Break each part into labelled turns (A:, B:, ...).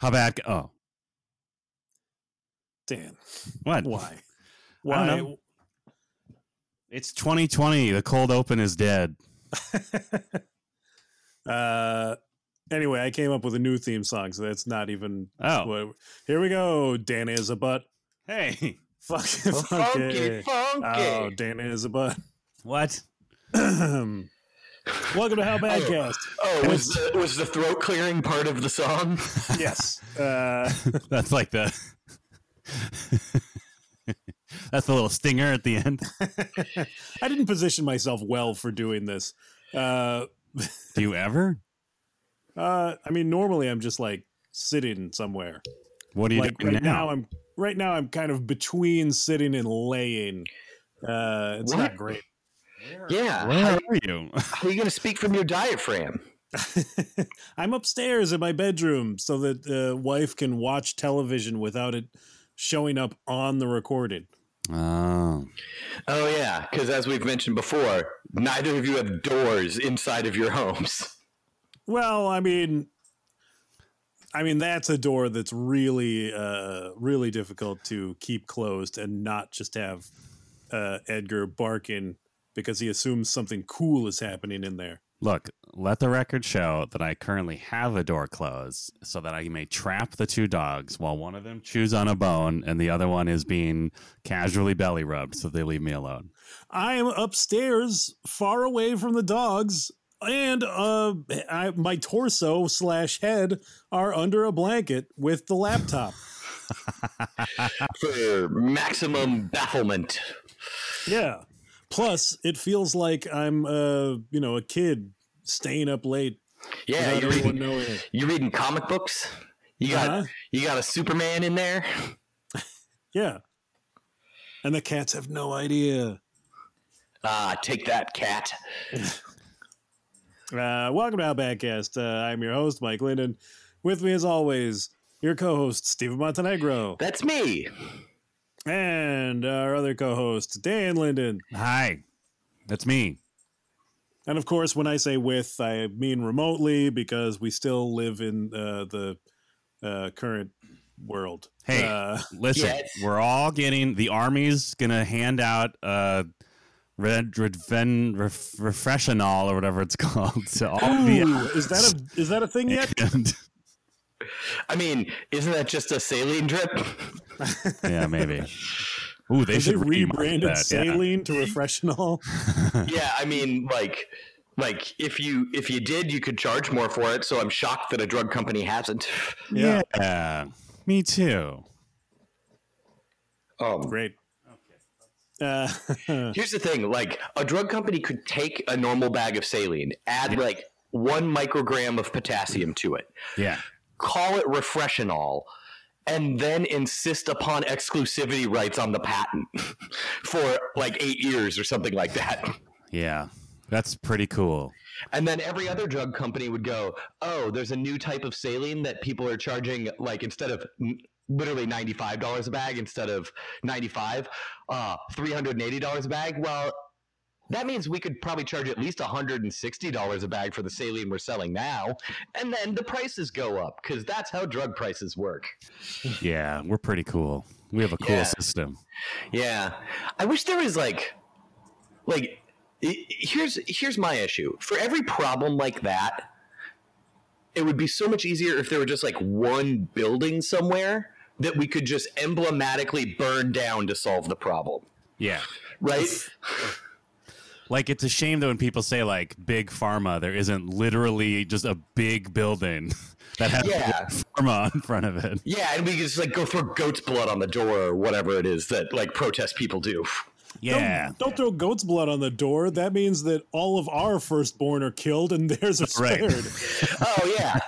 A: Habakkuk. Oh,
B: Dan,
A: what?
B: why?
A: I
B: Why?
A: don't It's 2020. The cold open is dead.
B: uh, anyway, I came up with a new theme song, so that's not even.
A: Oh,
B: What, here we go. Dan is a butt.
A: hey,
B: Fuck, fuck
C: Funky, funky.
B: it. Oh, Dan is a butt.
A: what?
B: Welcome to How Badcast.
C: Oh, was the, was the throat clearing part of the song?
B: yes. Uh,
A: That's like the. That's the little stinger at the end.
B: I didn't position myself well for doing this. Uh,
A: Do you ever?
B: uh, I mean, normally I'm just like sitting somewhere.
A: What are you
B: like
A: doing
B: right now?
A: now?
B: I'm right now I'm kind of between sitting and laying. Uh, it's
C: What?
B: not great.
C: Yeah.
A: Where
C: How,
A: are you?
C: how are you going to speak from your diaphragm?
B: I'm upstairs in my bedroom so that the wife can watch television without it showing up on the recording.
A: Oh,
C: Oh, yeah. Because as we've mentioned before, neither of you have doors inside of your homes.
B: Well, I mean, I mean that's a door that's really, uh, really difficult to keep closed and not just have uh, Edgar barking because he assumes something cool is happening in there.
A: look. Let the record show that I currently have a door closed, so that I may trap the two dogs while one of them chews on a bone and the other one is being casually belly rubbed, so they leave me alone.
B: I am upstairs, far away from the dogs, and uh, I, my torso slash head are under a blanket with the laptop.
C: for maximum bafflement.
B: Yeah. Plus, it feels like I'm, uh, you know, a kid staying up late
C: Yeah,
B: without
C: you're
B: anyone
C: reading,
B: knowing it.
C: you reading comic books. You got
B: Uh-huh.
C: you got a Superman in there.
B: Yeah. And the cats have no idea.
C: Ah, take that cat.
B: Uh, welcome to Outbackcast. Uh, I'm your host, Mike Linden. With me, as always, your co host, Steven Montenegro,
C: That's me.
B: and our other co host, Dan Linden.
A: Hi, that's me.
B: And of course, when I say with, I mean remotely because we still live in uh, the uh, current world.
A: Hey,
B: Uh,
A: listen,
C: Yes.
A: we're all getting the army's gonna hand out uh red redven ref, refreshenol or whatever it's called to all
B: ooh,
A: the
B: is that a is that a thing yet?
A: and,
C: I mean, isn't that just a saline drip?
A: yeah maybe. Ooh, they
B: Have they
A: should rebrand
B: rebranded
A: that. Yeah.
B: saline to refreshenol?
C: yeah, I mean, like, like if you if you did, you could charge more for it. So I'm shocked that a drug company hasn't.
A: Yeah. me too.
C: Um,
B: Great. Uh,
C: here's the thing: like, a drug company could take a normal bag of saline, add like one microgram of potassium to it,
A: Yeah,
C: call it refreshenol and then insist upon exclusivity rights on the patent for like eight years or something like that.
A: yeah, that's pretty cool.
C: And then every other drug company would go, oh, there's a new type of saline that people are charging, like instead of n- literally $95 a bag, instead of 95 uh, $380 a bag. Well, that means we could probably charge at least $160 a bag for the saline we're selling now. And then the prices go up because that's how drug prices work.
A: Yeah, we're pretty cool. We have a cool
C: Yeah.
A: system.
C: Yeah, I wish there was like, like, i- here's here's my issue. For every problem like that, it would be so much easier if there were just like one building somewhere that we could just emblematically burn down to solve the problem,
A: Yeah.
C: right?
A: Like it's a shame that when people say like big pharma, there isn't literally just a big building that has
C: Yeah.
A: pharma in front of it.
C: Yeah, and we could just like go throw goat's blood on the door or whatever it is that like protest people do.
A: Yeah,
B: Don't, don't throw goat's blood on the door. That means that all of our firstborn are killed and theirs are
A: Right.
B: spared.
C: oh yeah,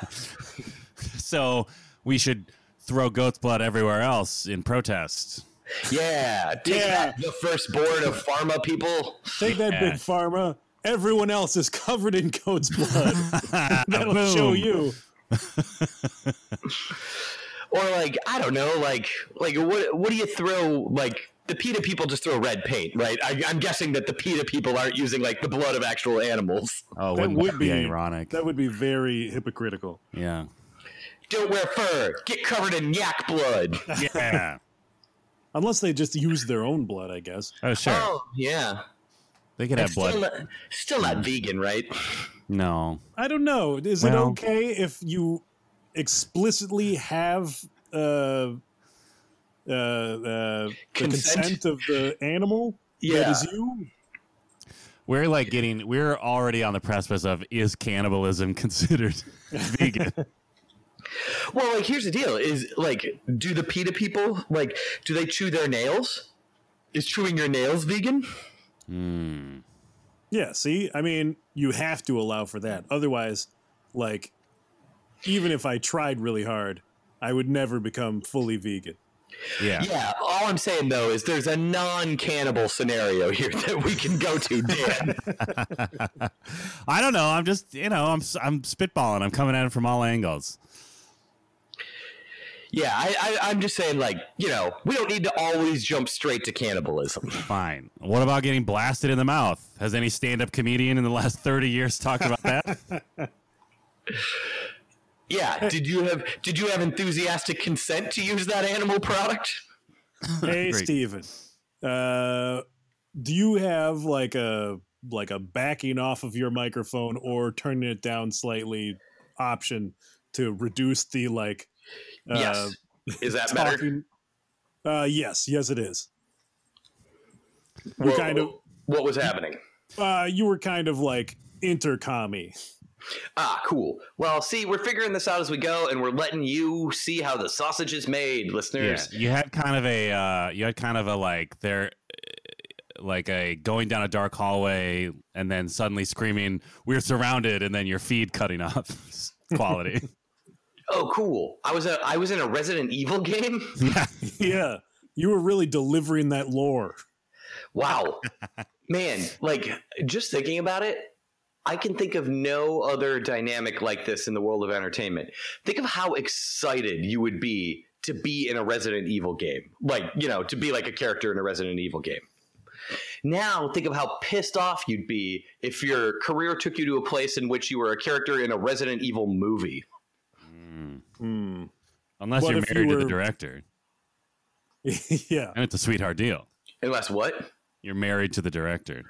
A: so we should throw goat's blood everywhere else in protest.
C: yeah, take
B: Yeah.
C: that, the firstborn of pharma people.
B: Take that,
A: Yeah.
B: big pharma. Everyone else is covered in goat's blood. That'll
A: Boom.
B: show you.
C: or like I don't know, like like what what do you throw like the PETA people just throw red paint, right? I, I'm guessing that the PETA people aren't using like the blood of actual animals.
A: Oh,
B: That
A: wouldn't
B: would
A: that
B: be
A: be ironic.
B: That would be very hypocritical.
A: yeah,
C: Don't wear fur. Get covered in yak blood.
A: Yeah.
B: Unless they just use their own blood, I guess.
A: Oh, sure.
C: Oh, yeah.
A: they could
C: That's
A: have blood. Mm.
C: Still not, still not vegan, right?
A: No.
B: I don't know. Is
A: Well-
B: it okay if you explicitly have uh, uh, uh, the
C: Consent?
B: consent of the animal that
C: Yeah.
B: is you?
A: We're like getting, we're already on the precipice of is cannibalism considered vegan?
C: Well, like here's the deal: is like, do the PETA people like, do they chew their nails? Is chewing your nails vegan?
A: Hmm.
B: Yeah, see? I mean, you have to allow for that. Otherwise, like, even if I tried really hard, I would never become fully vegan.
A: Yeah.
C: Yeah. All I'm saying though is there's a non-cannibal scenario here that we can go to, Dan.
A: I don't know. I'm just, you know, I'm, s- I'm spitballing. I'm coming at it from all angles.
C: yeah, I, I, I'm just saying, like, you know, we don't need to always jump straight to cannibalism.
A: Fine. What about getting blasted in the mouth? Has any stand up comedian in the last 30 years talked about that?
C: Yeah. Did you have Did you have enthusiastic consent to use that animal product?
B: hey
A: Great.
B: Steven. Uh do you have like a like a backing off of your microphone or turning it down slightly option to reduce the like uh
C: yes. Is that better?
B: talking uh yes yes it is
C: What-
B: kind of-
C: What was happening?
B: uh you were kind of like intercommy
C: Ah, cool. Well, see, we're figuring this out as we go, and we're letting you see how the sausage is made, listeners.
A: Yeah, you had kind of a uh, you had kind of a like there, uh, like a going down a dark hallway and then suddenly screaming, "We're surrounded!" and then your feed cutting off quality.
C: Oh, cool. I was a I was in a Resident Evil game.
A: yeah,
B: yeah you were really delivering that lore
C: Wow, man! Like just thinking about it, I can think of no other dynamic like this in the world of entertainment. Think of how excited you would be to be in a Resident Evil game, like you know, to be like a character in a Resident Evil game. Now, think of how pissed off you'd be if your career took you to a place in which you were a character in a Resident Evil movie.
B: Hmm.
A: unless
B: What
A: you're
B: if you
A: married to the
B: were-
A: director,
B: yeah
A: and it's a sweetheart deal.
C: Unless what?
A: You're married to the director.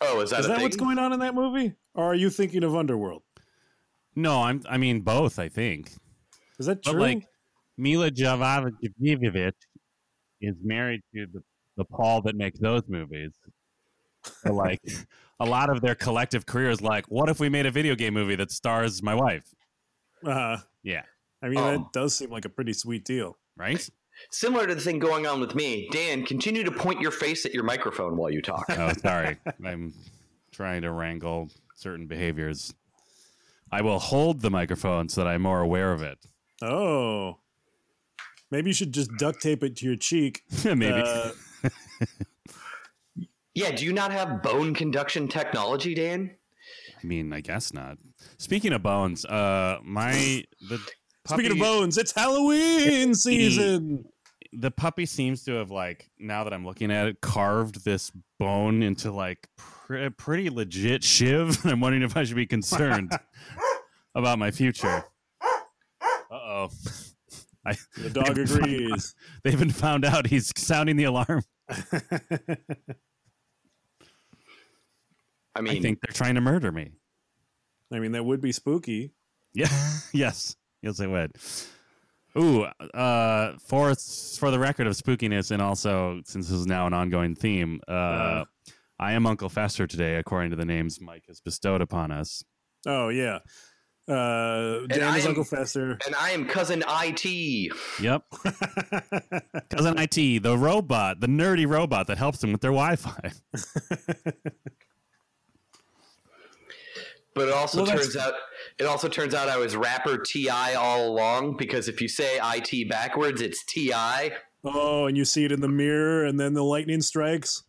C: Oh, is that
B: is
C: a
B: that
C: thing?
B: what's going on in that movie or are you thinking of underworld
A: No, I'm. I mean both. I think,
B: is that
A: but
B: true
A: like Mila Jovovich is married to the the Paul that makes those movies. So like a lot of their collective career is like, what if we made a video game movie that stars my wife?
B: uh
A: Yeah.
B: I mean,
C: Um,
B: that does seem like a pretty sweet deal.
A: Right?
C: Similar to the thing going on with me, Dan, continue to point your face at your microphone while you talk.
A: Oh, sorry. I'm trying to wrangle certain behaviors. I will hold the microphone so that I'm more aware of it.
B: Oh, maybe you should just duct tape it to your cheek.
A: Maybe.
B: Uh,
C: yeah, do you not have bone conduction technology, Dan?
A: I mean, I guess not. Speaking of bones, uh, my the puppy,
B: speaking of bones, it's Halloween season.
A: the puppy seems to have like now that I'm looking at it, carved this bone into like pre- pretty legit shiv. I'm wondering if I should be concerned about my future. Uh oh.
B: The dog agrees.
A: They even found out he's sounding the alarm.
C: I mean,
A: I think they're trying to murder me.
B: I mean, that would be spooky.
A: Yeah. yes. Yes, they would. Ooh, uh, for for the record of spookiness, and also since this is now an ongoing theme, uh,
B: Uh.
A: I am Uncle Fester today, according to the names Mike has bestowed upon us.
B: Oh yeah. Uh, Dan
C: I
B: is
C: am-
B: Uncle Fester.
C: and I am cousin IT.
A: Yep, cousin IT, the robot, the nerdy robot that helps them with their Wi-Fi.
C: But it also
B: Well, that's-
C: turns out it also turns out I was rapper TI all along because if you say IT backwards, it's TI.
B: oh, and you see it in the mirror, and then the lightning strikes.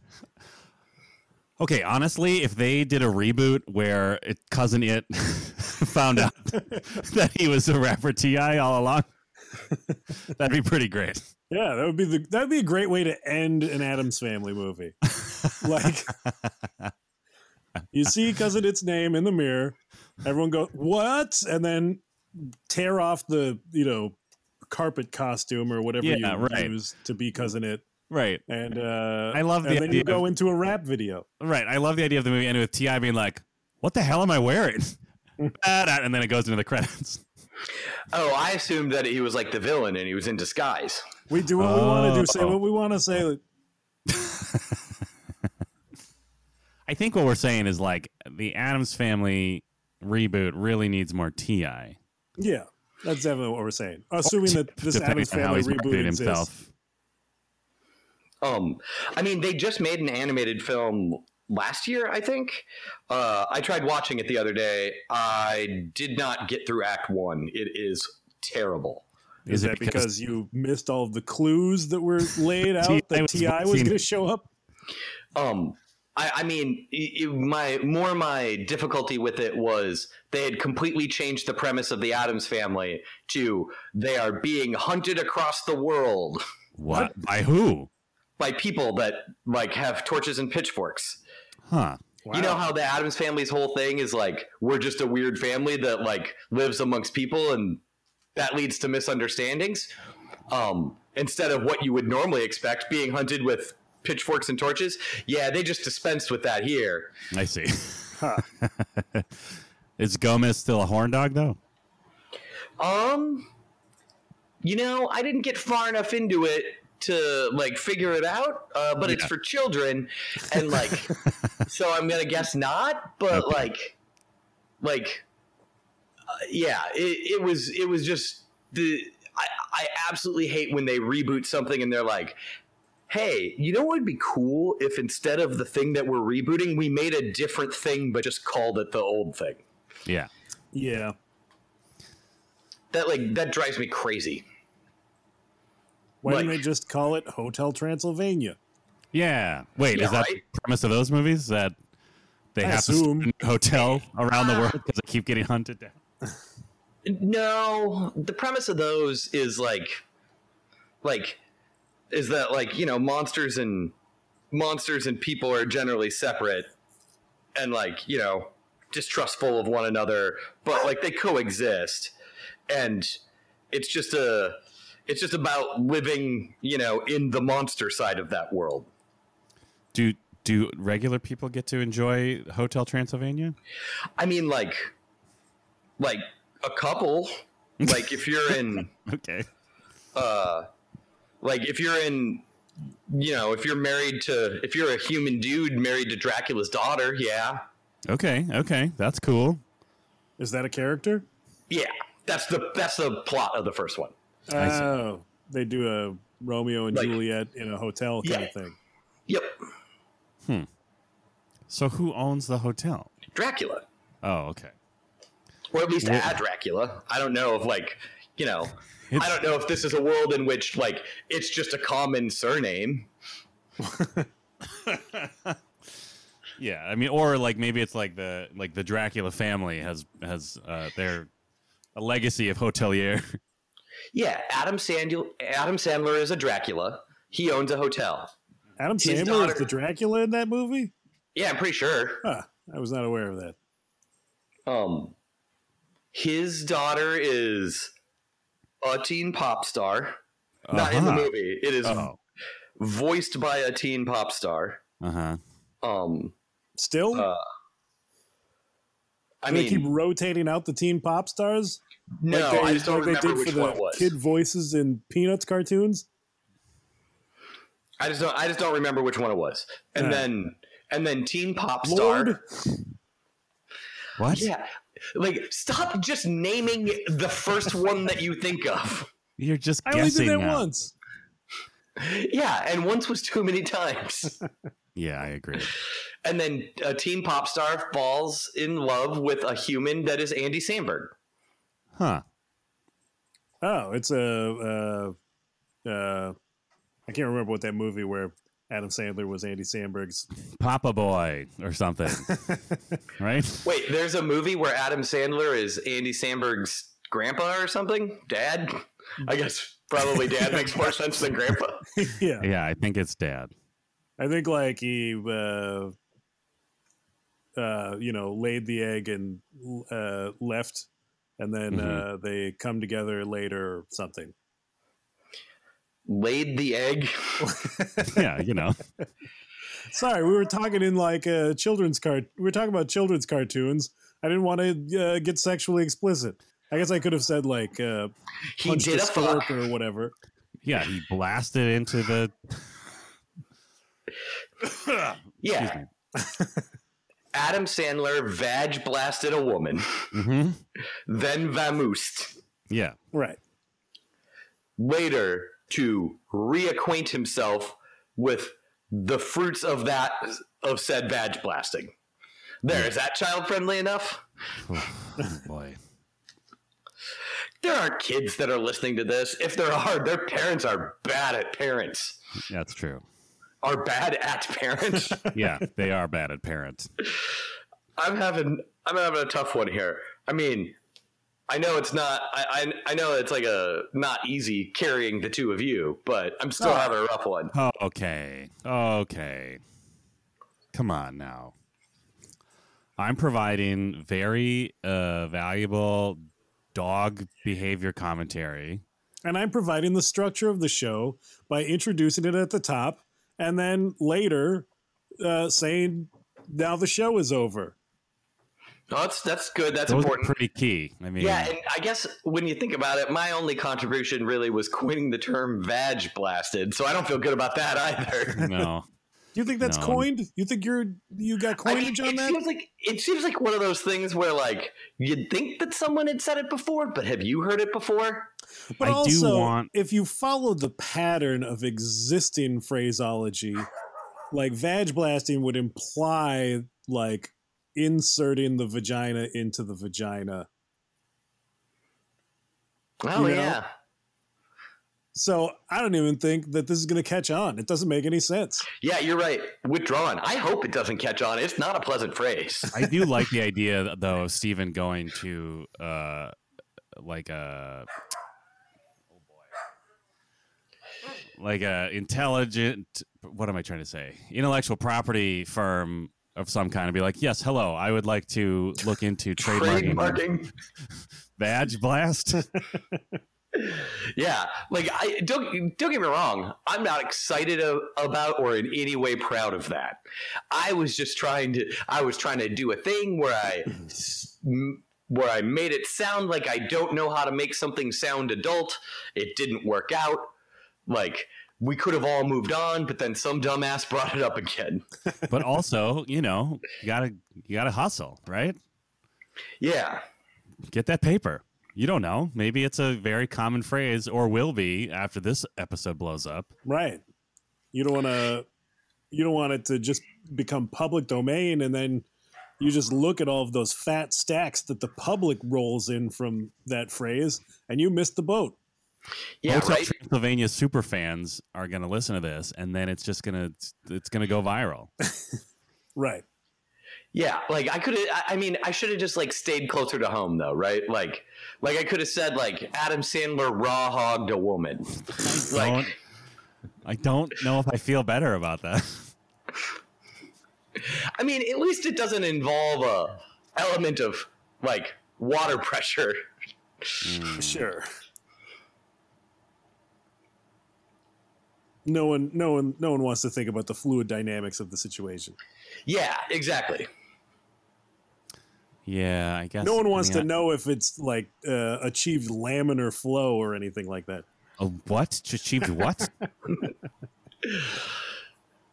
A: Okay, honestly, if they did a reboot where it, cousin it found out that he was a rapper Ti all along, that'd be pretty great.
B: Yeah, that would be the that would be a great way to end an Adams Family movie. like, you see, cousin, its name in the mirror. Everyone goes, "What?" And then tear off the you know carpet costume or whatever
A: Yeah,
B: you
A: right.
B: use to be cousin it,
A: Right.
B: and uh,
A: I love the
B: and then you
A: idea
B: go into a rap video.
A: Right. I love the idea of the movie ending with T.I. being like, what the hell am I wearing? Ba-da, and then it goes into the credits.
C: Oh, I assumed that he was like the villain and he was in disguise.
B: We do what we want to do, say
A: Oh.
B: what we want to say.
A: I think what we're saying is like the Adams Family reboot really needs more T.I.
B: Yeah, that's definitely what we're saying. Assuming that this
A: Depending
B: Adams
A: on how
B: Family
A: he's marketed
B: reboot exists.
C: Um, I mean, they just made an animated film last year, I think. Uh, I tried watching it the other day. I did not get through Act One. It is terrible.
B: Is,
A: Is it
B: that
A: because-
B: because you missed all of the clues that were laid out
A: T.I.
B: that
A: was
B: Ti was
A: watching.
B: going to show up?
C: Um, I, I mean, i- i- my more my difficulty with it was they had completely changed the premise of the Adams Family to they are being hunted across the world
A: What? By who?
C: by people that like have torches and pitchforks.
A: Huh.
C: You know how the Adams family's whole thing is like we're just a weird family that like lives amongst people and that leads to misunderstandings. Um instead of what you would normally expect being hunted with pitchforks and torches. Yeah, they just dispensed with that here.
A: I see.
B: Huh.
A: is Gomez still a horn dog though?
C: Um you know, I didn't get far enough into it to like figure it out, uh, but it's
A: Yeah.
C: for children and like so I'm going to guess not, but
A: Okay.
C: like like uh, yeah, it, it was it was just the I, I absolutely hate when they reboot something and they're like, hey, you know what would be cool if instead of the thing that we're rebooting, we made a different thing but just called it the old thing.
A: Yeah.
B: Yeah.
C: That like that drives me crazy.
B: Why didn't
C: Like-
B: they just call it Hotel Transylvania?
A: Yeah. Wait,
C: Yeah,
A: is that
C: right?
A: the premise of those movies that they
B: I
A: have
B: assume.
A: to start a new hotel around the world because they keep getting hunted down?
C: No, the premise of those is like, like, is that like you know monsters and monsters and people are generally separate, and like you know distrustful of one another, but like they coexist, and it's just a, it's just about living you know in the monster side of that world.
A: Do do regular people get to enjoy Hotel Transylvania?
C: I mean like, like a couple, like if you're in.
A: Okay.
C: uh like if you're in you know if you're married to if you're a human dude married to dracula's daughter yeah
A: Okay. Okay. That's cool.
B: Is that a character?
C: yeah that's the that's the plot of the first one
A: I see.
B: Oh, they do a Romeo and
C: Like-
B: Juliet in a hotel kind
C: Yeah.
B: of thing.
C: yep
A: So who owns the hotel?
C: dracula
A: Oh, okay.
C: or at least
A: Well-
C: a dracula i don't know if like you know
A: It's-
C: i don't know if this is a world in which like it's just a common surname
A: Yeah, I mean, or like maybe it's like the like the Dracula family has has uh, their a legacy of hotelier.
C: yeah adam sandler adam sandler is a dracula he owns a hotel
B: Adam
C: His
B: Sandler
C: daughter-
B: is the Dracula in that movie?
C: yeah i'm pretty sure
B: Huh. I was not aware of that.
C: Um, his daughter is a teen pop star. Not in the
A: Uh-huh.
C: movie. It is
A: Oh,
C: voiced by a teen pop star.
A: uh huh.
C: Um,
B: Still,
C: Uh, I
B: Do they keep
C: mean,
B: rotating out the teen pop stars.
C: no,
B: Like they-
C: I just don't
B: like they
C: remember
B: did
C: which
B: for
C: one it
B: the
C: was.
B: Kid voices in Peanuts cartoons.
C: I just don't. I just don't remember which one it was. And
B: Yeah.
C: then, and then, teen pop star.
B: Lord,
A: What?
C: Yeah, like stop just naming the first one that you think of.
A: You're just
B: I only
A: guessing. uh,
B: did that
A: now.
B: once.
C: Yeah, and once was too many times.
A: Yeah, I agree.
C: And then a teen pop star falls in love with a human that is Andy Samberg.
A: Huh?
B: Oh, it's a. Uh, uh, I can't remember what that movie where Adam Sandler was Andy Sandberg's.
A: Papa boy or something, right?
C: Wait, there's a movie where Adam Sandler is Andy Samberg's grandpa or something? Dad? I guess probably dad makes more sense than grandpa.
B: yeah,
A: Yeah, I think it's dad.
B: I think like he, uh, uh, you know, laid the egg and uh, left and then
A: Mhm.
B: uh, they come together later or something.
C: Laid the egg.
A: yeah, you know.
B: Sorry, we were talking in like uh, children's cart. We were talking about children's cartoons. I didn't want to uh, get sexually explicit. I guess I could have said like uh,
C: He
B: punch
C: did
B: the
C: a
B: fork
C: fuck.
B: or whatever.
A: Yeah, he blasted into the.
C: Yeah. Adam Sandler vag blasted a woman,
A: hmm
C: then vamoosed.
A: Yeah.
B: Right.
C: Later to reacquaint himself with the fruits of that of said vag blasting. There, is that child friendly enough?
A: Oh, boy.
C: There aren't kids that are listening to this. If there are, their parents are bad at parents.
A: That's true.
C: Are bad at parents.
A: Yeah, they are bad at parents.
C: I'm having I'm having a tough one here. I mean, I know it's not I I, I know it's like a not easy carrying the two of you, but I'm still
B: Oh.
C: having a rough one.
A: Oh, okay. Okay. Come on now. I'm providing very uh, valuable dog behavior commentary.
B: And I'm providing the structure of the show by introducing it at the top and then later uh, saying, now the show is over.
C: No, that's that's good. That's
A: Those
C: important.
A: are pretty key. I mean,
C: yeah, and I guess when you think about it, my only contribution really was coining the term "vag blasted," so I don't feel good about that either.
A: no.
B: You think that's
A: No.
B: coined? You think you're you got
C: I
B: coinage
C: mean,
B: on
C: it
B: that?
C: seems like it seems like one of those things where like you'd think that someone had said it before, but have you heard it before?
B: But
A: I do
B: also,
A: want-
B: if you follow the pattern of existing phraseology, like vag blasting would imply like inserting the vagina into the vagina.
C: Oh
B: You know?
C: yeah.
B: So I don't even think that this is going to catch on. It doesn't make any sense.
C: Yeah, you're right. Withdrawn. I hope it doesn't catch on. It's not a pleasant phrase.
A: I do like the idea though of Steven going to uh like uh, oh, a like a intelligent what am I trying to say? Intellectual property firm of some kind and be like, "Yes, hello. I would like to look into trademarking
C: Trademarking.
A: badge blast."
C: Yeah, like I don't don't get me wrong. I'm not excited a, about or in any way proud of that. I was just trying to. I was trying to do a thing where I s- m- where I made it sound like I don't know how to make something sound adult. It didn't work out. Like we could have all moved on, but then some dumbass brought it up again.
A: but also, you know, you got to you got to hustle, right?
C: Yeah.
A: Get that paper. You don't know. Maybe it's a very common phrase or will be after this episode blows up.
B: Right. You don't want to you don't want it to just become public domain and then you just look at all of those fat stacks that the public rolls in from that phrase and you miss the boat.
C: Yeah.
A: Hotel
C: right.
A: Transylvania super fans are going to listen to this, and then it's just going to it's going to go viral.
B: Right.
C: Yeah, like I could have. I mean, I should have just like stayed closer to home, though, right? Like, like I could have said like Adam Sandler raw hogged a woman. like,
A: Don't, I don't know if I feel better about that.
C: I mean, at least it doesn't involve a element of like water pressure.
A: Mm.
B: Sure. No one no one no one wants to think about the fluid dynamics of the situation.
C: Yeah, exactly.
A: Yeah, I guess
B: No one wants
A: I mean,
B: to know if it's like uh, achieved laminar flow or anything like that.
A: I- a what achieved what?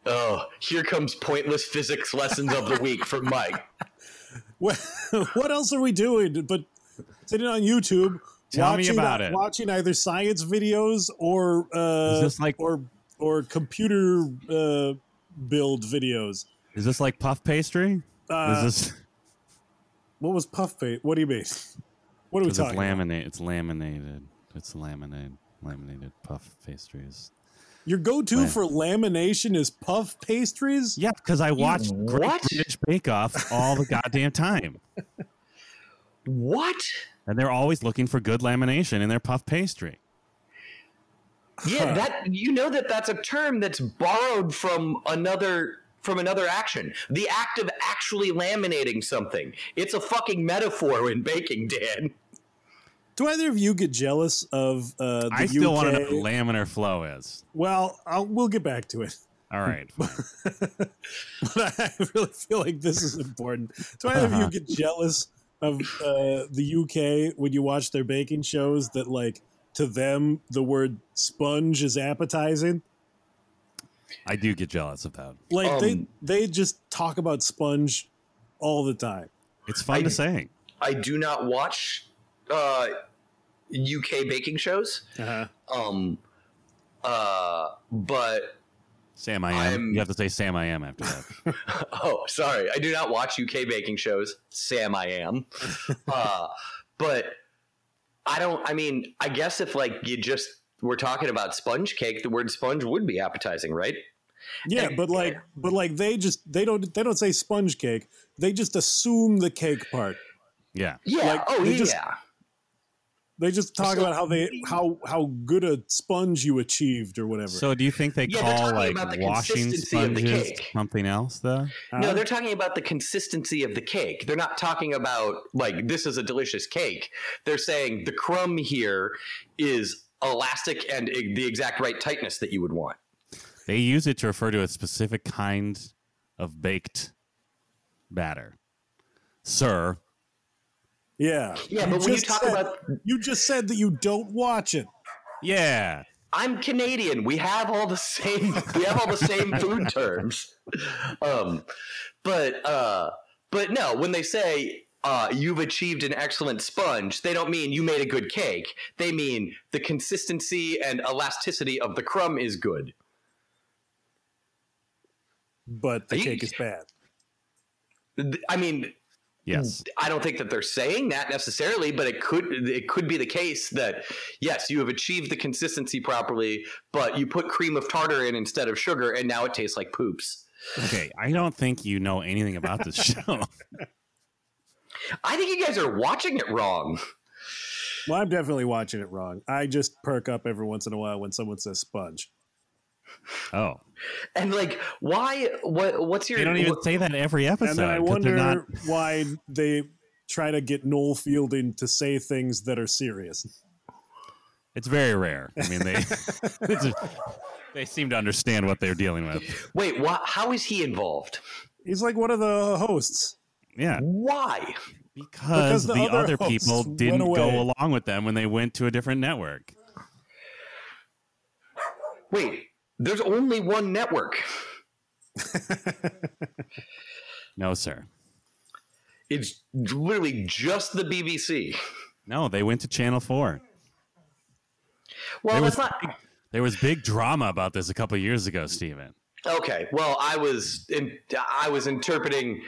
C: Oh, here comes pointless physics lessons of the week from Mike.
B: What, what else are we doing but sitting on YouTube
A: Tell me
B: watching,
A: about it.
B: watching either science videos or
A: Is
B: uh,
A: this like
B: or or computer uh, build videos.
A: is this like puff pastry?
B: Uh,
A: is this
B: what was puff paint? What do you mean? What are we
A: because it's
B: talking? about?
A: laminated? It's laminated. It's laminated. Laminated puff pastries.
B: Your go-to
A: lam-
B: for lamination is puff pastries.
A: Yeah, because I watched
C: what?
A: Great British Bake Off all the goddamn time,
C: What?
A: and they're always looking for good lamination in their puff pastry.
C: Yeah, that you know that that's a term that's borrowed from another from another action. The act of actually laminating something. It's a fucking metaphor in baking, Dan.
B: Do either of you get jealous of uh, the
A: I still
B: UK?
A: want to know what laminar flow is.
B: Well, I'll, we'll get back to it.
A: All right.
B: but I really feel like this is important. Do either
A: Uh-huh.
B: of you get jealous of uh, the UK when you watch their baking shows that, like, to them, the word sponge is appetizing?
A: I do get jealous of that.
B: Like, they,
C: Um,
B: they just talk about sponge all the time.
A: It's fun
C: I-
A: to say.
C: I do not watch uh, UK baking shows.
B: Uh-huh.
C: Um, uh, but
A: Sam, I am.
C: I'm-
A: You have to say Sam, I am after that.
C: oh, sorry, I do not watch UK baking shows. Sam, I am. uh, but I don't. I mean, I guess if like you just were talking about sponge cake, the word sponge would be appetizing, right?
B: Yeah,
C: And-
B: but like, but like, they just they don't they don't say sponge cake. They just assume the cake part.
A: Yeah.
C: Yeah.
B: Like,
C: oh,
B: they
C: yeah.
B: just- They just talk
C: So-
B: about how they how how good a sponge you achieved or whatever.
A: So do you think they
C: Yeah, they're
A: call
C: talking
A: like
C: about the
A: washing
C: consistency of the
A: sponges
C: cake.
A: something else though?
C: No,
B: Huh?
C: they're talking about the consistency of the cake. They're not talking about like this is a delicious cake. They're saying the crumb here is elastic and i- the exact right tightness that you would want.
A: They use it to refer to a specific kind of baked batter. Sir,
B: yeah,
C: Yeah, but when you
B: just
C: talk
B: said-
C: about
B: you just said that you don't watch it.
A: yeah,
C: I'm Canadian, we have all the same we have all the same food terms. Um but uh but no, when they say uh, you've achieved an excellent sponge. They don't mean you made a good cake. They mean the consistency and elasticity of the crumb is good.
B: But the
C: Are you-
B: cake is bad.
C: Th- I mean,
A: yes,
C: I don't think that they're saying that necessarily, but it could it could be the case that yes, you have achieved the consistency properly, but you put cream of tartar in instead of sugar, and now it tastes like poops.
A: okay. I don't think you know anything about this show.
C: I think you guys are watching it wrong.
B: Well, I'm definitely watching it wrong. I just perk up every once in a while when someone says sponge.
A: oh,
C: And like, why? What? What's your?
A: they don't even say that every episode.
B: And then I
A: 'cause they're
B: wonder
A: not-
B: why they try to get Noel Fielding to say things that are serious.
A: it's very rare. I mean, they it's a- they seem to understand what they're dealing with.
C: wait, why, how is he involved?
B: He's like one of the hosts.
A: Yeah,
C: Why?
A: because,
B: the
A: the,
B: other
A: other,
B: hosts
A: people
B: went
A: didn't
B: away.
A: go along with them when they went to a different network.
C: Wait, there's only one network.
A: No, sir.
C: It's literally just the BBC.
A: No, they went to Channel Four.
C: Well,
A: There
C: that's
A: was-
C: not.
A: There was big drama about this a couple years ago, Steven.
C: Okay. Well, I was in, I was interpreting.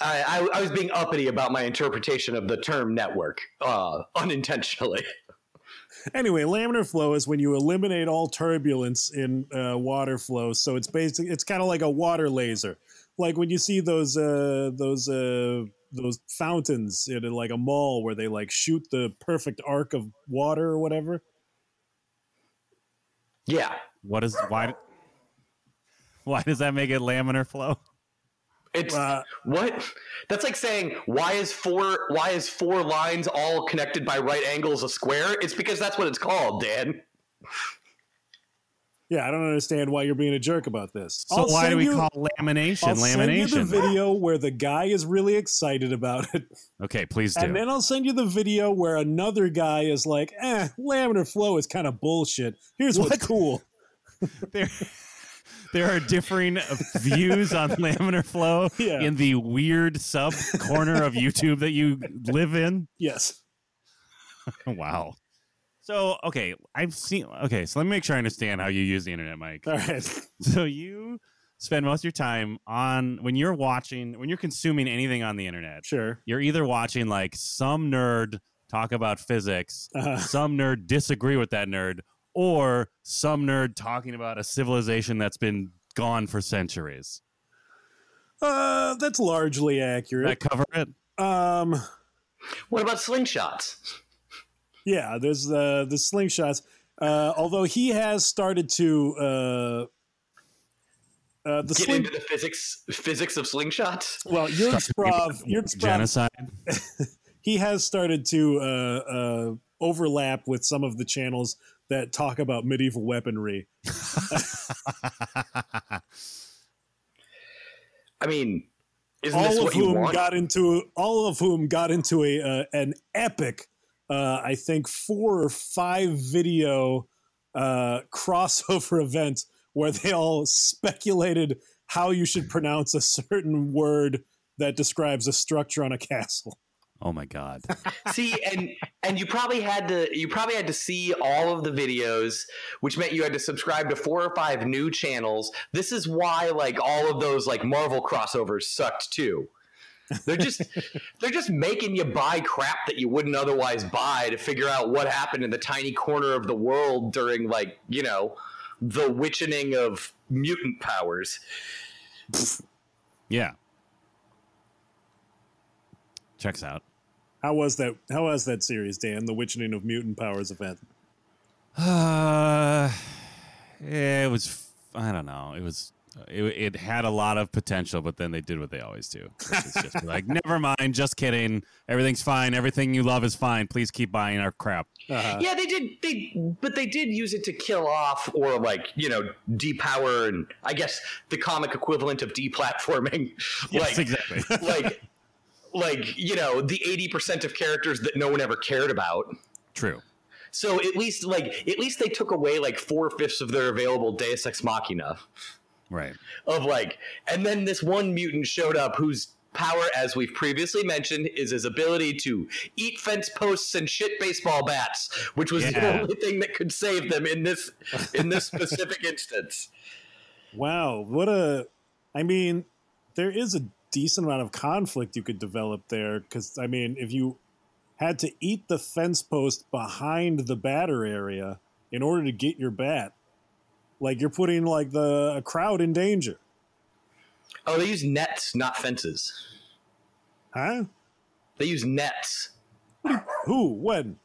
C: I, I, I was being uppity about my interpretation of the term network uh, unintentionally.
B: Anyway, laminar flow is when you eliminate all turbulence in uh, water flow. So it's basic. It's kind of like a water laser, like when you see those uh, those uh, those fountains in uh, like a mall where they like shoot the perfect arc of water or whatever.
C: Yeah,
A: What is why? Why does that make it laminar flow?
C: it's
B: Uh,
C: what? That's like saying why is four why is four lines all connected by right angles a square? It's because that's what it's called, Dan.
B: yeah, I don't understand why you're being a jerk about this.
A: So
B: I'll
A: why do
B: send
A: we
B: you-
A: call lamination
B: I'll
A: lamination?
B: send you the video where the guy is really excited about it,
A: okay, please do.
B: and then I'll send you the video where another guy is like, "Eh, laminar flow is kind of bullshit. Here's what's cool."
A: there, there are differing views on laminar flow
B: Yeah.
A: in the weird sub corner of YouTube that you live in.
B: Yes.
A: Wow. So okay, I've seen. Okay, so let me make sure I understand how you use the internet, Mike.
B: All right.
A: So you spend most of your time on when you're watching, when you're consuming anything on the internet.
B: Sure.
A: You're either watching like some nerd talk about physics,
B: Uh,
A: some nerd disagree with that nerd, or some nerd talking about a civilization that's been gone for centuries.
B: uh, that's largely
A: Did I
B: accurate.
A: cover it?
B: Um,
C: What about slingshots?
B: yeah, there's the the slingshots. Uh, although he has started to uh, uh, the
C: Get
B: sling.
C: into the physics physics of slingshots.
B: Well, Jurgen Sprav, Jurgen Sprav,
A: Genocide.
B: he has started to uh, uh, overlap with some of the channels that talk about medieval weaponry.
C: I mean, isn't this
B: all of
C: what you
B: whom
C: want?
B: got into all of whom got into a uh, an epic, uh, I think four or five video uh, crossover event where they all speculated how you should pronounce a certain word that describes a structure on a castle.
A: oh my god.
C: see and and you probably had to you probably had to see all of the videos which meant you had to subscribe to four or five new channels this is why like all of those like marvel crossovers sucked too they're just they're just making you buy crap that you wouldn't otherwise buy to figure out what happened in the tiny corner of the world during like you know the witchening of mutant powers
A: Yeah. Checks out.
B: How was that? How was that series, Dan? The Witching of Mutant Powers event.
A: Uh, it was. f- I don't know. It was. It, it had a lot of potential, but then they did what they always do. which is just be like, never mind. Just kidding. Everything's fine. Everything you love is fine. Please keep buying our crap.
B: Uh,
C: yeah they did they but they did use it to kill off or like you know depower and i guess the comic equivalent of deplatforming
A: Yes,
C: like
A: exactly.
C: like like you know the 80% of characters that no one ever cared about
A: True.
C: so at least like at least they took away like four-fifths of their available deus ex machina
A: Right.
C: of like and then this one mutant showed up whose power as we've previously mentioned is his ability to eat fence posts and shit baseball bats which was the
A: Yeah.
C: only thing that could save them in this in this specific instance
B: wow, what a! I mean, there is a decent amount of conflict you could develop there because I mean, if you had to eat the fence post behind the batter area in order to get your bat, like you're putting like the a crowd in danger,
C: oh they use nets not fences
B: huh?
C: they use nets
B: Who? When?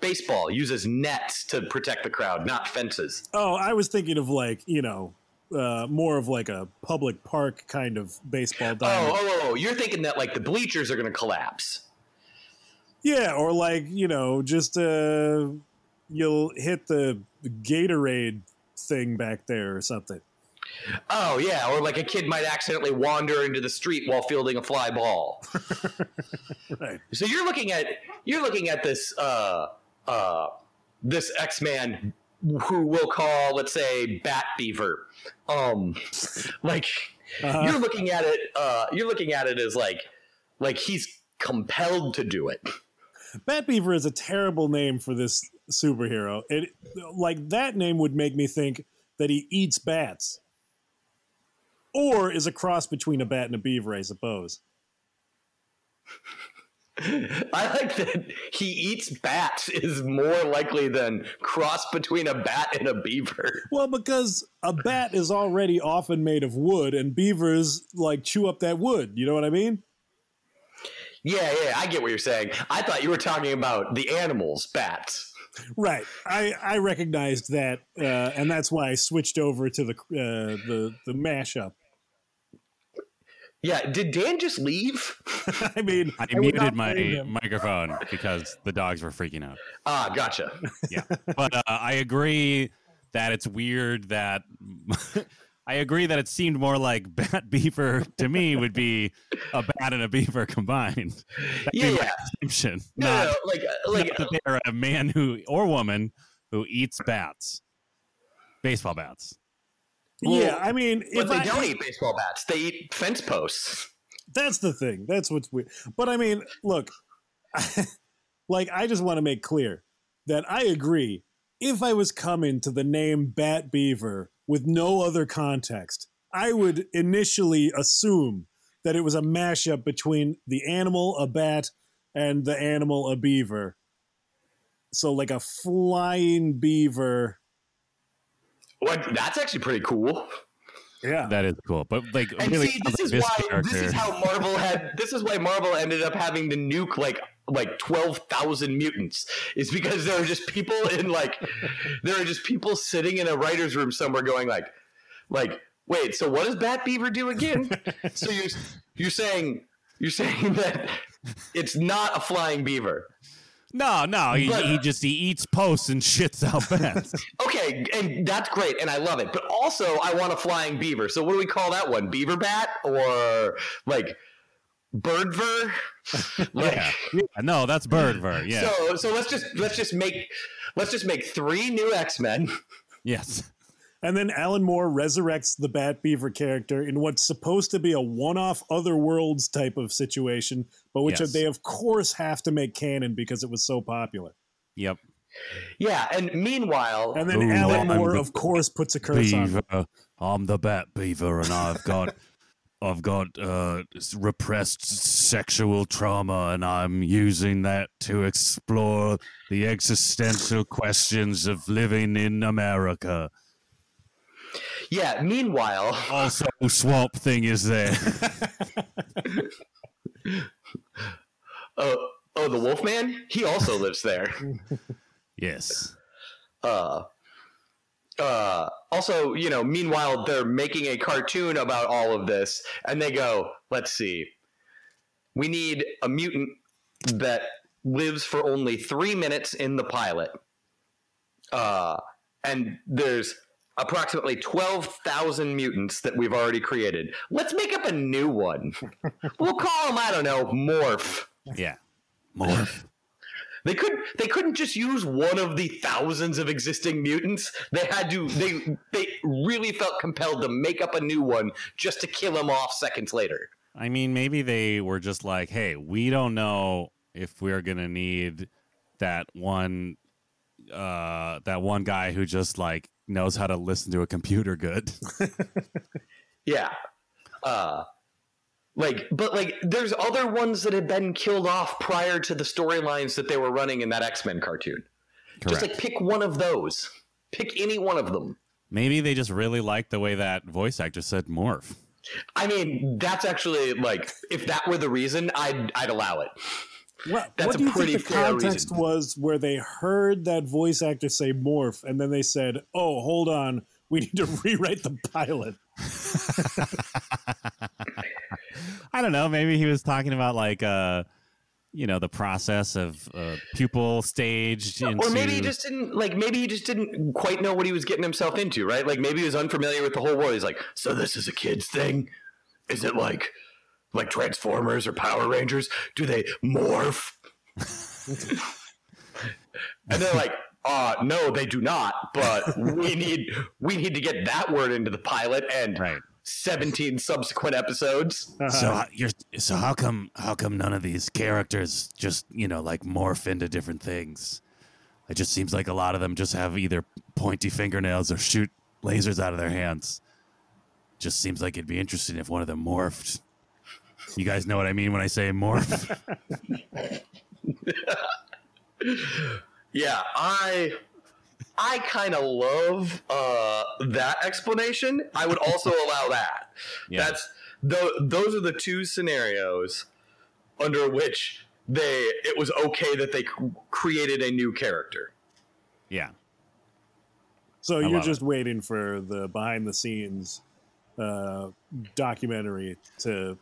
C: baseball uses nets to protect the crowd not fences
B: Oh, I was thinking of like you know. Uh, more of like a public park kind of baseball diamond.
C: oh oh, oh, oh you're thinking that like the bleachers are going to collapse
B: Yeah, or like you know, just uh, you'll hit the Gatorade thing back there or something.
C: oh yeah or like a kid might accidentally wander into the street while fielding a fly ball
B: Right.
C: So you're looking at you're looking at this uh uh this X Man who we'll call let's say Bat Beaver. Um like
B: Uh-huh.
C: you're looking at it uh you're looking at it as like like he's compelled to do it.
B: Bat Beaver is a terrible name for this superhero. It like that name would make me think that he eats bats, or is a cross between a bat and a beaver, I suppose.
C: I like that he eats bats is more likely than cross between a bat and a beaver.
B: Well, because a bat is already often made of wood, and beavers like chew up that wood. You know what I mean?
C: Yeah, yeah, I get what you're saying. I thought you were talking about the animals, bats.
B: Right. I, I recognized that, uh, and that's why I switched over to the uh, the the mashup.
C: Yeah, did Dan just leave?
B: I mean,
A: I,
B: would not
A: muted
B: blame
A: my
B: him.
A: microphone because the dogs were freaking out.
C: Ah, gotcha.
A: but uh, I agree that it's weird that I agree that it seemed more like bat beaver to me would be a bat and a beaver combined. That'd
C: Yeah,
A: be my
C: yeah.
A: assumption.
C: No,
A: Not,
C: no, no, like uh, like
A: not that they're a man who or woman who eats bats, baseball bats.
C: Well,
B: yeah. I mean,
C: But
B: if
C: they
B: I,
C: don't eat baseball bats. They eat fence posts.
B: that's the thing. That's what's weird. But I mean, look, like I just want to make clear that I agree. If I was coming to the name Bat Beaver with no other context, I would initially assume that it was a mashup between the animal a bat and the animal a beaver. So like a flying beaver.
C: What? That's actually pretty cool.
B: Yeah.
A: That is cool, but like
C: And
A: really,
C: see,
A: how
C: this is
A: this
C: why this
A: character-
C: is how Marvel had this is why Marvel ended up having to nuke like like twelve thousand mutants. Is because there are just people in like there are just people sitting in a writer's room somewhere going like like wait so what does Bat Beaver do again? so you are you're saying you're saying that It's not a flying beaver.
A: No, no, he,
C: But-
A: he just he eats posts and shits out bats.
C: Okay, and that's great, and I love it. But also, I want a flying beaver. So what do we call that one? Beaver bat or like birdver? like,
A: yeah. yeah, no, that's Birdver. Yeah,
C: So so let's just let's just make let's just make three new X Men.
A: yes.
B: And then Alan Moore resurrects the Bat Beaver character in what's supposed to be a one off other worlds type of situation, but which
A: Yes.
B: they, of course, have to make canon because it was so popular.
A: Yep.
C: Yeah, and meanwhile,
B: And then
A: Ooh,
B: Alan
A: I'm
B: Moore,
A: the
B: of course, puts a curse on him.
A: Beaver. I'm the Bat Beaver, and I've got, I've got uh, s- repressed sexual trauma, and I'm using that to explore the existential questions of living in America.
C: yeah, meanwhile,
A: Also, Swamp Thing is there.
C: oh oh, the Wolfman, he also lives there.
A: yes.
C: uh, uh, also, you know, meanwhile, they're making a cartoon about all of this, and they go, let's see, we need a mutant that lives for only three minutes in the pilot. Uh, and there's approximately 12,000 mutants that we've already created. Let's make up a new one. we'll call him, I don't know, Morph.
A: Yeah. More.
C: They could they couldn't just use one of the thousands of existing mutants. They had to they they really felt compelled to make up a new one just to kill him off seconds later.
A: I mean, maybe they were just like, hey, we don't know if we're gonna need that one uh that one guy who just like knows how to listen to a computer good.
C: Yeah. Uh like but like there's other ones that had been killed off prior to the storylines that they were running in that X-Men cartoon. Just like pick one of those. Pick any one of them.
A: maybe they just really liked the way that voice actor said morph.
C: I mean, that's actually like if that were the reason, I'd I'd allow it.
B: Well,
C: That's
B: what
C: a
B: do you think
C: pretty
B: the
C: fair
B: context
C: reason.
B: was where they heard that voice actor say morph, and then they said, oh, hold on, we need to rewrite the pilot?
A: I don't know. Maybe he was talking about like uh you know the process of uh, pupil staged into
C: or maybe he just didn't like maybe he just didn't quite know what he was getting himself into right like maybe he was unfamiliar with the whole world he's like so this is a kid's thing is it like like transformers or power rangers do they morph and they're like uh no they do not but we need we need to get that word into the pilot and
A: right.
C: 17 subsequent episodes
A: So
B: Uh-huh.
A: how- you're so how come how come none of these characters just you know like morph into different things? It just seems like a lot of them just have either pointy fingernails or shoot lasers out of their hands. Just seems like it'd be interesting if one of them morphed. You guys know what I mean when I say morph.
C: Yeah, I I kind of love uh, that explanation. I would also allow that.
A: Yeah.
C: That's tho- those are the two scenarios under which they it was okay that they c- created a new character.
A: yeah.
B: So
A: I
B: you're
A: love
B: just waiting for the behind the scenes uh, documentary to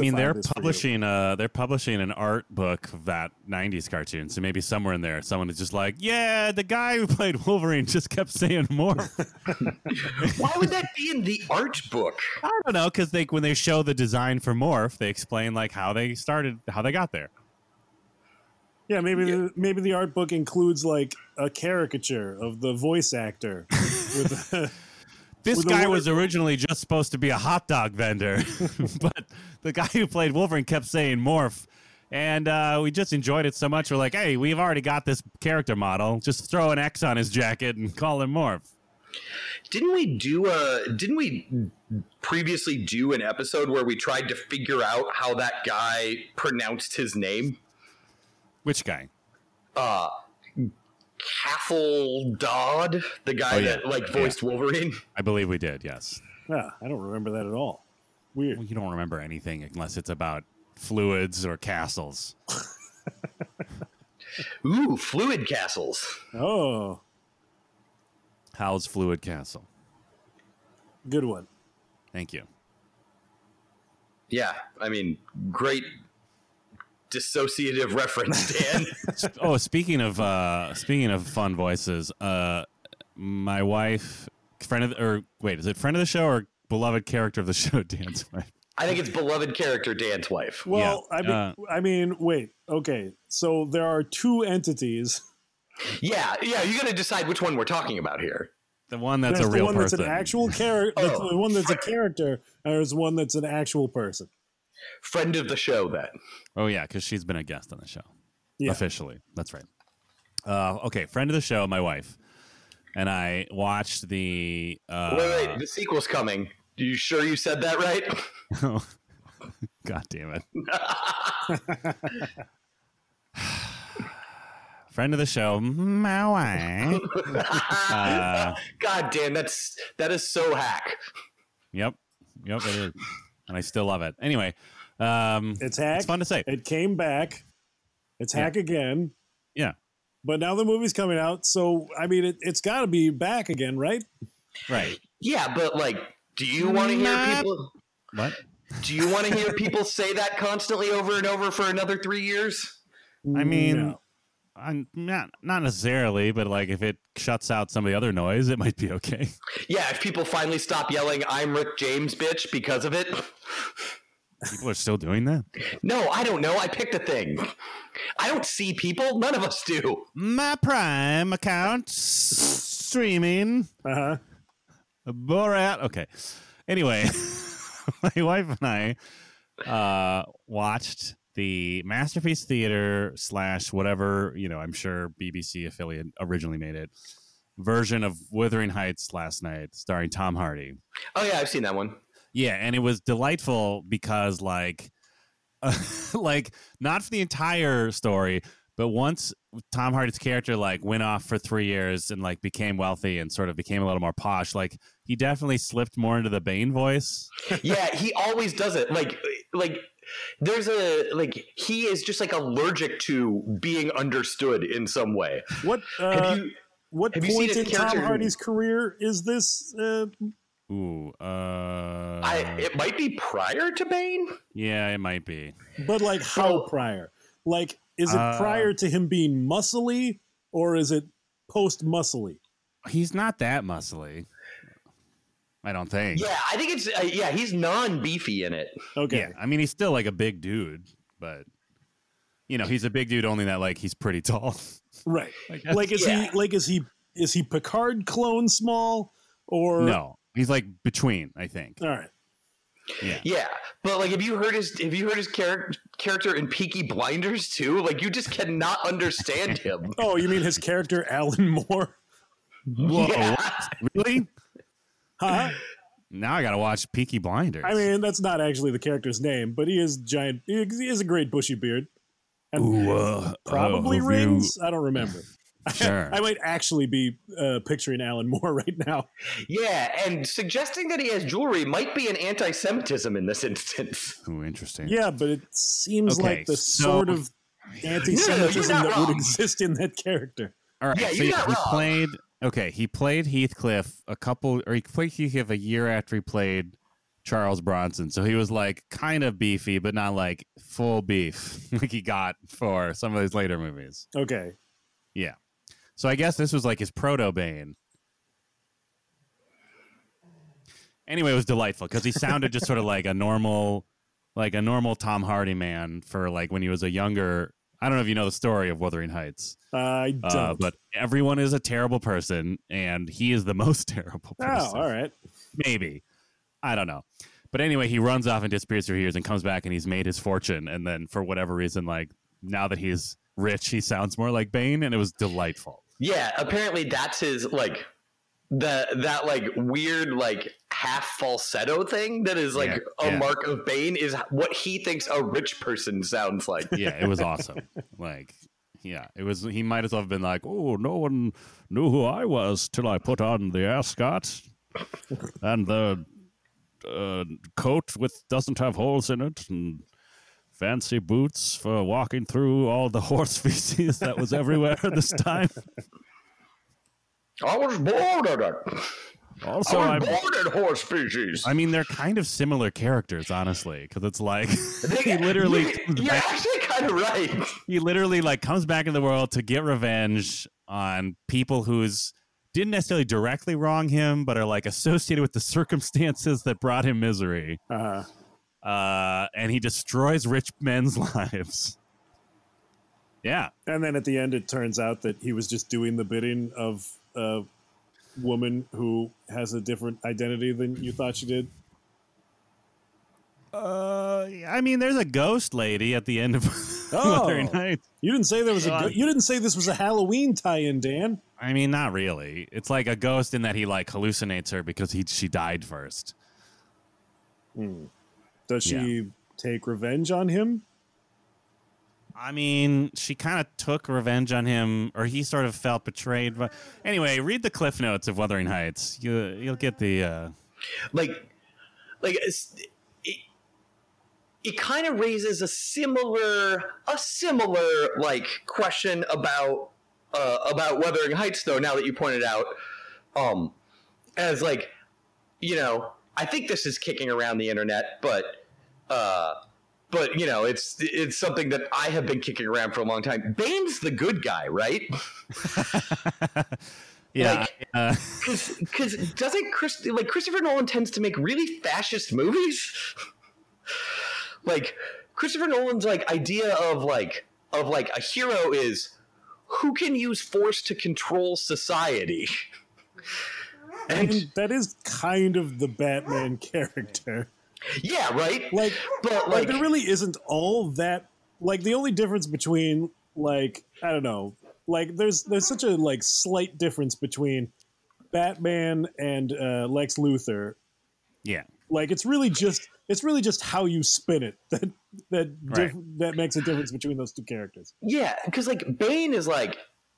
A: I mean, they're
B: this for you.
A: publishing uh they're publishing an art book of that '90s cartoon. So maybe somewhere in there, someone is just like, "Yeah, the guy who played Wolverine just kept saying morph."
C: Why would that be in the art book?
A: I don't know because they when they show the design for Morph, they explain like how they started, how they got there.
B: Yeah, maybe The, maybe the art book includes like a caricature of the voice actor. with
A: This
B: With the
A: guy
B: word-
A: was originally just supposed to be a hot dog vendor, but the guy who played Wolverine kept saying Morph, and uh, we just enjoyed it so much. We're like, hey, we've already got this character model. Just throw an X on his jacket and call him Morph.
C: Didn't we do a didn't we previously do an episode where we tried to figure out how that guy pronounced his name?
A: Which guy?
C: uh Caffel Dodd, the guy
A: Oh, yeah.
C: that like voiced Wolverine.
A: I believe we did. Yes.
B: yeah, I don't remember that at all.
A: Well,
B: Weird.
A: you don't remember anything unless it's about fluids or castles.
C: Ooh, fluid castles.
B: Oh,
A: How's fluid castle?
B: good one.
A: Thank you.
C: Yeah, I mean, great
D: dissociative reference, Dan.
A: oh, speaking of uh, speaking of fun voices, uh, my wife, friend of the, or wait, is it friend of the show or beloved character of the show, Dan's wife?
D: I think it's beloved character Dan's wife.
B: Well,
A: Yeah,
B: I mean,
A: uh,
B: I mean, wait. Okay, so there are two entities.
D: Yeah.
C: yeah, you got to decide which one we're talking about here.
A: The one that's
B: there's
A: a
B: the
A: real
B: one
A: person.
B: that's an actual character. That's
C: Oh.
B: the one that's a character, and there's one that's an actual person.
C: Friend of the show, then.
A: oh yeah, because she's been a guest on the show
B: Yeah.
A: officially. That's right. Uh, okay, friend of the show, my wife, and I watched the. Uh,
C: wait, wait, the sequel's coming. You sure you said that right?
A: God damn it. Friend of the show, my wife. Uh,
C: God damn, that's that is so hack.
A: yep. Yep, it is. And I still love it. Anyway, um,
B: It's hack.
A: it's fun to say.
B: It came back. It's
A: Yeah.
B: hack again.
A: Yeah.
B: But now the movie's coming out, so I mean, it, it's got to be back again, right?
A: Right.
C: Yeah, but like, do you want to hear
A: Nah.
C: people?
A: What?
C: Do you want to hear people say that constantly over and over for another three years?
A: I mean,
B: No.
A: I'm not not necessarily, but like if it shuts out some of the other noise, it might be okay.
C: Yeah, if people finally stop yelling, "I'm Rick James, bitch," because of it.
A: People are still doing that.
C: No, I don't know. I picked a thing. I don't see people. None of us do.
A: My Prime account streaming.
B: uh-huh.
A: Borat. Okay. Anyway, my wife and I uh, watched the Masterpiece Theater slash whatever you know. I'm sure BBC affiliate originally made it version of Wuthering Heights last night, starring Tom Hardy.
C: Oh yeah, I've seen that one.
A: Yeah, and it was delightful because like like not for the entire story, but once Tom Hardy's character like went off for 3 years and like became wealthy and sort of became a little more posh, like he definitely slipped more into the Bane voice.
C: yeah, he always does it. Like, like there's a like he is just like allergic to being understood in some way.
B: What
C: Have
B: uh,
C: you?
B: what
C: have you seen
B: point
C: his
B: in Tom
C: character who-
B: Hardy's career is this? Uh,
A: Ooh, uh
C: I it might be prior to Bane.
A: Yeah, it might be.
B: but like, how
C: So-
B: prior? Like, is it
A: Uh,
B: prior to him being muscly, or is it post muscly?
A: He's not that muscly. I don't think.
C: Yeah, I think it's uh, yeah. He's non beefy in it.
B: Okay,
A: Yeah, I mean he's still like a big dude, but you know, he's a big dude only that like he's pretty tall.
B: right.
A: Like,
B: Like, is he
C: Yeah.
B: like is he is he Picard clone small or
A: No, he's like between. I think.
B: All right.
A: Yeah.
C: Yeah, but like, have you heard his? Have you heard his character character in Peaky Blinders too? Like, you just cannot understand him.
B: Oh, you mean his character Alan Moore?
A: Whoa, really?
B: Huh?
A: Now I gotta watch Peaky Blinders.
B: I mean, that's not actually the character's name, but he is giant. He he has a great bushy beard. And
A: Ooh, uh,
B: probably
A: uh, have you-
B: rings. I don't remember.
A: Sure.
B: I might actually be uh, picturing Alan Moore right now.
C: Yeah, and suggesting that he has jewelry might be an anti-Semitism in this instance.
A: Ooh, interesting.
B: Yeah, but it seems
A: Okay,
B: like the
A: so-
B: sort of anti-Semitism
C: No, you're not
B: that would
C: wrong.
B: exist in that character.
A: All right.
C: Yeah,
A: so
C: you're not
A: he
C: wrong.
A: played. Okay, he played Heathcliff a couple, or he played Heathcliff a year after he played Charles Bronson. So he was like kind of beefy, but not like full beef like he got for some of his later movies.
B: Okay,
A: So I guess this was like his proto Bane. Anyway, it was delightful because he sounded just sort of like a normal, like a normal Tom Hardy man for like when he was a younger. I don't know if you know the story of Wuthering Heights,
B: I don't.
A: uh, but everyone is a terrible person, and he is the most terrible
B: oh,
A: person.
B: all right.
A: Maybe I don't know, but anyway, he runs off and disappears for years and comes back, and he's made his fortune. And then for whatever reason, like now that he's rich, he sounds more like Bane, and it was delightful.
C: Yeah, apparently that's his like the that like weird like half falsetto thing that is like
A: Yeah,
C: a
A: yeah.
C: mark of Bane is what he thinks a rich person sounds like.
A: yeah, it was awesome. Like, yeah, it was. He might as well have been like, "Oh, no one knew who I was till I put on the ascot and the uh, coat with doesn't have holes in it, and fancy boots for walking through all the horse feces that was everywhere at this time."
C: I was born at it.
A: Also,
C: I
A: I'm.
C: was born at horse species.
A: I mean, they're kind of similar characters, honestly, because it's like
C: They-
A: he literally
C: you-
A: comes
C: You're
A: back
C: actually kind of right.
E: he literally like comes back in the world to get revenge on people who's didn't necessarily directly wrong him, but are like associated with the circumstances that brought him misery.
B: Uh,
E: Uh, and he destroys rich men's lives. Yeah,
B: and then at the end, it turns out that he was just doing the bidding of a woman who has a different identity than you thought she did.
E: uh, I mean, there's a ghost lady at the end of
B: Oh.
E: Mother Night.
B: You didn't say there was a.
E: Uh,
B: go- You didn't say this was a Halloween tie-in, Dan.
E: I mean, not really. It's like a ghost in that he like hallucinates her because he she died first.
B: Does she
E: Yeah.
B: take revenge on him?
E: I mean, she kind of took revenge on him, or he sort of felt betrayed. But anyway, read the cliff notes of Wuthering Heights. You you'll get the. Uh,
C: like like it's, it, it kind of raises a similar a similar like question about uh, about Wuthering Heights though now that you pointed out um as like you know I think this is kicking around the internet but uh but you know it's it's something that I have been kicking around for a long time Bane's the good guy right
E: yeah,
C: Like-
E: I, uh,
C: cuz cuz doesn't Chris like Christopher Nolan tends to make really fascist movies? like Christopher Nolan's like idea of like of like a hero is who can use force to control society. and
B: And that is kind of the Batman character.
C: yeah, right?
B: Like, like
C: But like
B: there really isn't all that. Like the only difference between like I don't know. Like there's there's such a like slight difference between Batman and uh, Lex Luthor.
E: yeah.
B: Like it's really just it's really just how you spin it that that diff- that makes a difference between those two characters.
C: Yeah, because like Bane is like,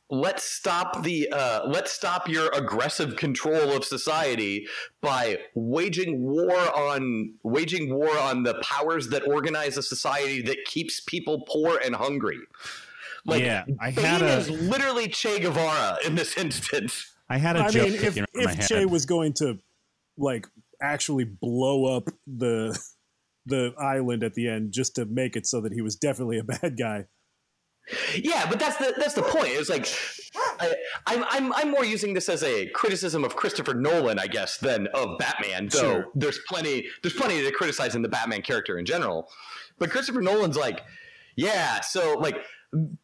C: let's stop the uh, let's stop your aggressive control of society by waging war on waging war on the powers that organize a society that keeps people poor and hungry. Like
E: Yeah, I
C: Bane
E: had a-
C: is literally Che Guevara in this instance.
E: I had a
B: I
E: joke
B: mean, if
E: kicking around my
B: if
E: head.
B: Che was going to like actually blow up the the island at the end just to make it so that he was definitely a bad guy.
C: Yeah, but that's the that's the point. It's like I, I'm I'm I'm more using this as a criticism of Christopher Nolan, I guess, than of Batman. Though
B: Sure.
C: there's plenty there's plenty to criticize in the Batman character in general. But Christopher Nolan's like, yeah, so like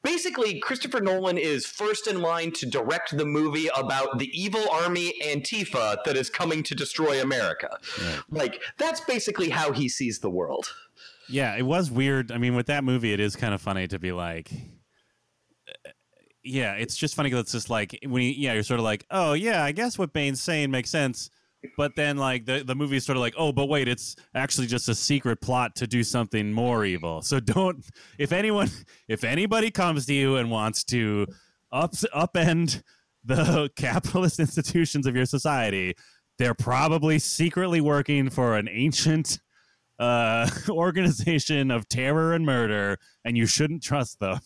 C: basically Christopher Nolan is first in line to direct the movie about the evil army Antifa that is coming to destroy America.
E: Right.
C: Like that's basically how he sees the world.
E: yeah, it was weird. I mean, with that movie, it is kind of funny to be like. uh, Yeah, it's just funny because it's just like when you, yeah, you're sort of like, oh yeah, I guess what Bane's saying makes sense, but then like the the movie's sort of like, oh, but wait, it's actually just a secret plot to do something more evil. So don't if anyone if anybody comes to you and wants to up upend the capitalist institutions of your society, they're probably secretly working for an ancient uh, organization of terror and murder, and you shouldn't trust them.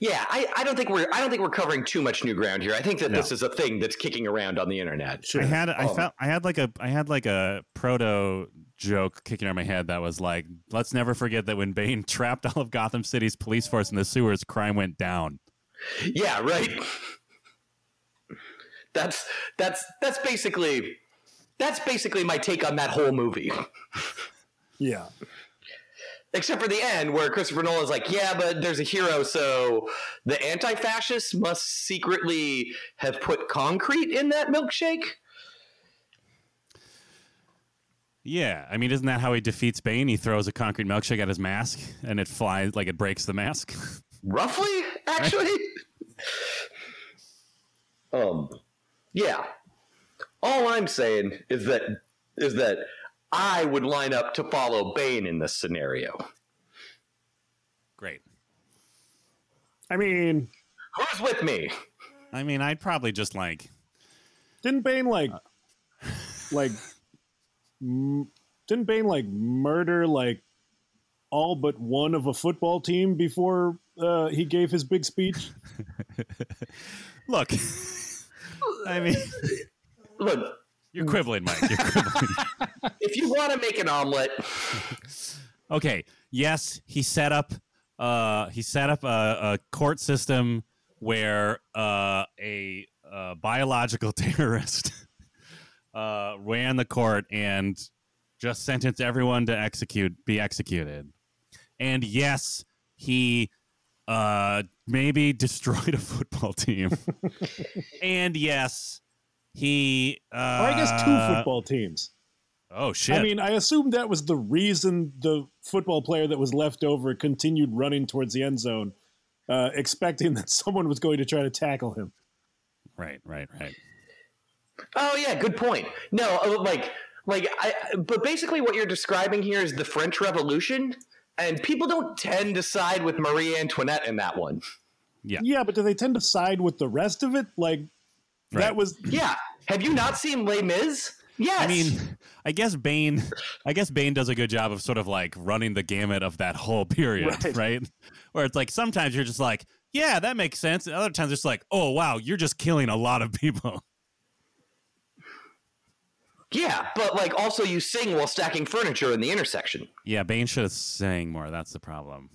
C: Yeah, I, I don't think we're I don't think we're covering too much new ground here. I think that
E: No.
C: this is a thing that's kicking around on the internet.
E: I had I
C: Oh.
E: felt I had like a I had like a proto joke kicking around my head that was like, let's never forget that when Bane trapped all of Gotham City's police force in the sewers, crime went down.
C: Yeah, right. That's that's that's basically that's basically my take on that whole movie.
B: Yeah.
C: Except for the end where Christopher Nolan's like, yeah, but there's a hero, so the anti-fascists must secretly have put concrete in that milkshake.
E: Yeah, I mean, isn't that how he defeats Bane? He throws a concrete milkshake at his mask, and it flies like it breaks the mask.
C: roughly actually um yeah all i'm saying is that is that i would line up to follow bane in this scenario
E: Great.
B: I mean,
C: who's with me
E: I mean, I'd probably just like
B: didn't Bane like like m- didn't Bane like murder like all but one of a football team before uh, he gave his big speech?
E: look. I mean,
C: look
E: you're quibbling, Mike. You're quibbling.
C: if you want to make an omelet
E: Okay. Yes, he set up a, uh, he set up a, a court system where uh, a, uh biological terrorist uh, ran the court and just sentenced everyone to execute be executed. And yes, he uh, maybe destroyed a football team. and yes, he. Uh,
B: or I guess two football teams.
E: Oh shit!
B: I mean, I assume that was the reason the football player that was left over continued running towards the end zone, uh, expecting that someone was going to try to tackle him.
E: right, right, right.
C: Oh yeah, good point. No, uh, like like I but basically what you're describing here is the French Revolution and people don't tend to side with Marie Antoinette in that one.
E: Yeah.
B: Yeah, but do they tend to side with the rest of it? Like
E: Right.
B: that was
C: Yeah. Have you not seen Les Mis? Yes.
E: I mean, I guess Bane, I guess Bane does a good job of sort of like running the gamut of that whole period, right?
B: Right.
E: Where it's like sometimes you're just like, yeah, that makes sense, and other times it's like, oh wow, you're just killing a lot of people.
C: yeah, but like also you sing while stacking furniture in the intersection.
E: Yeah, Bane should have sang more. That's the problem.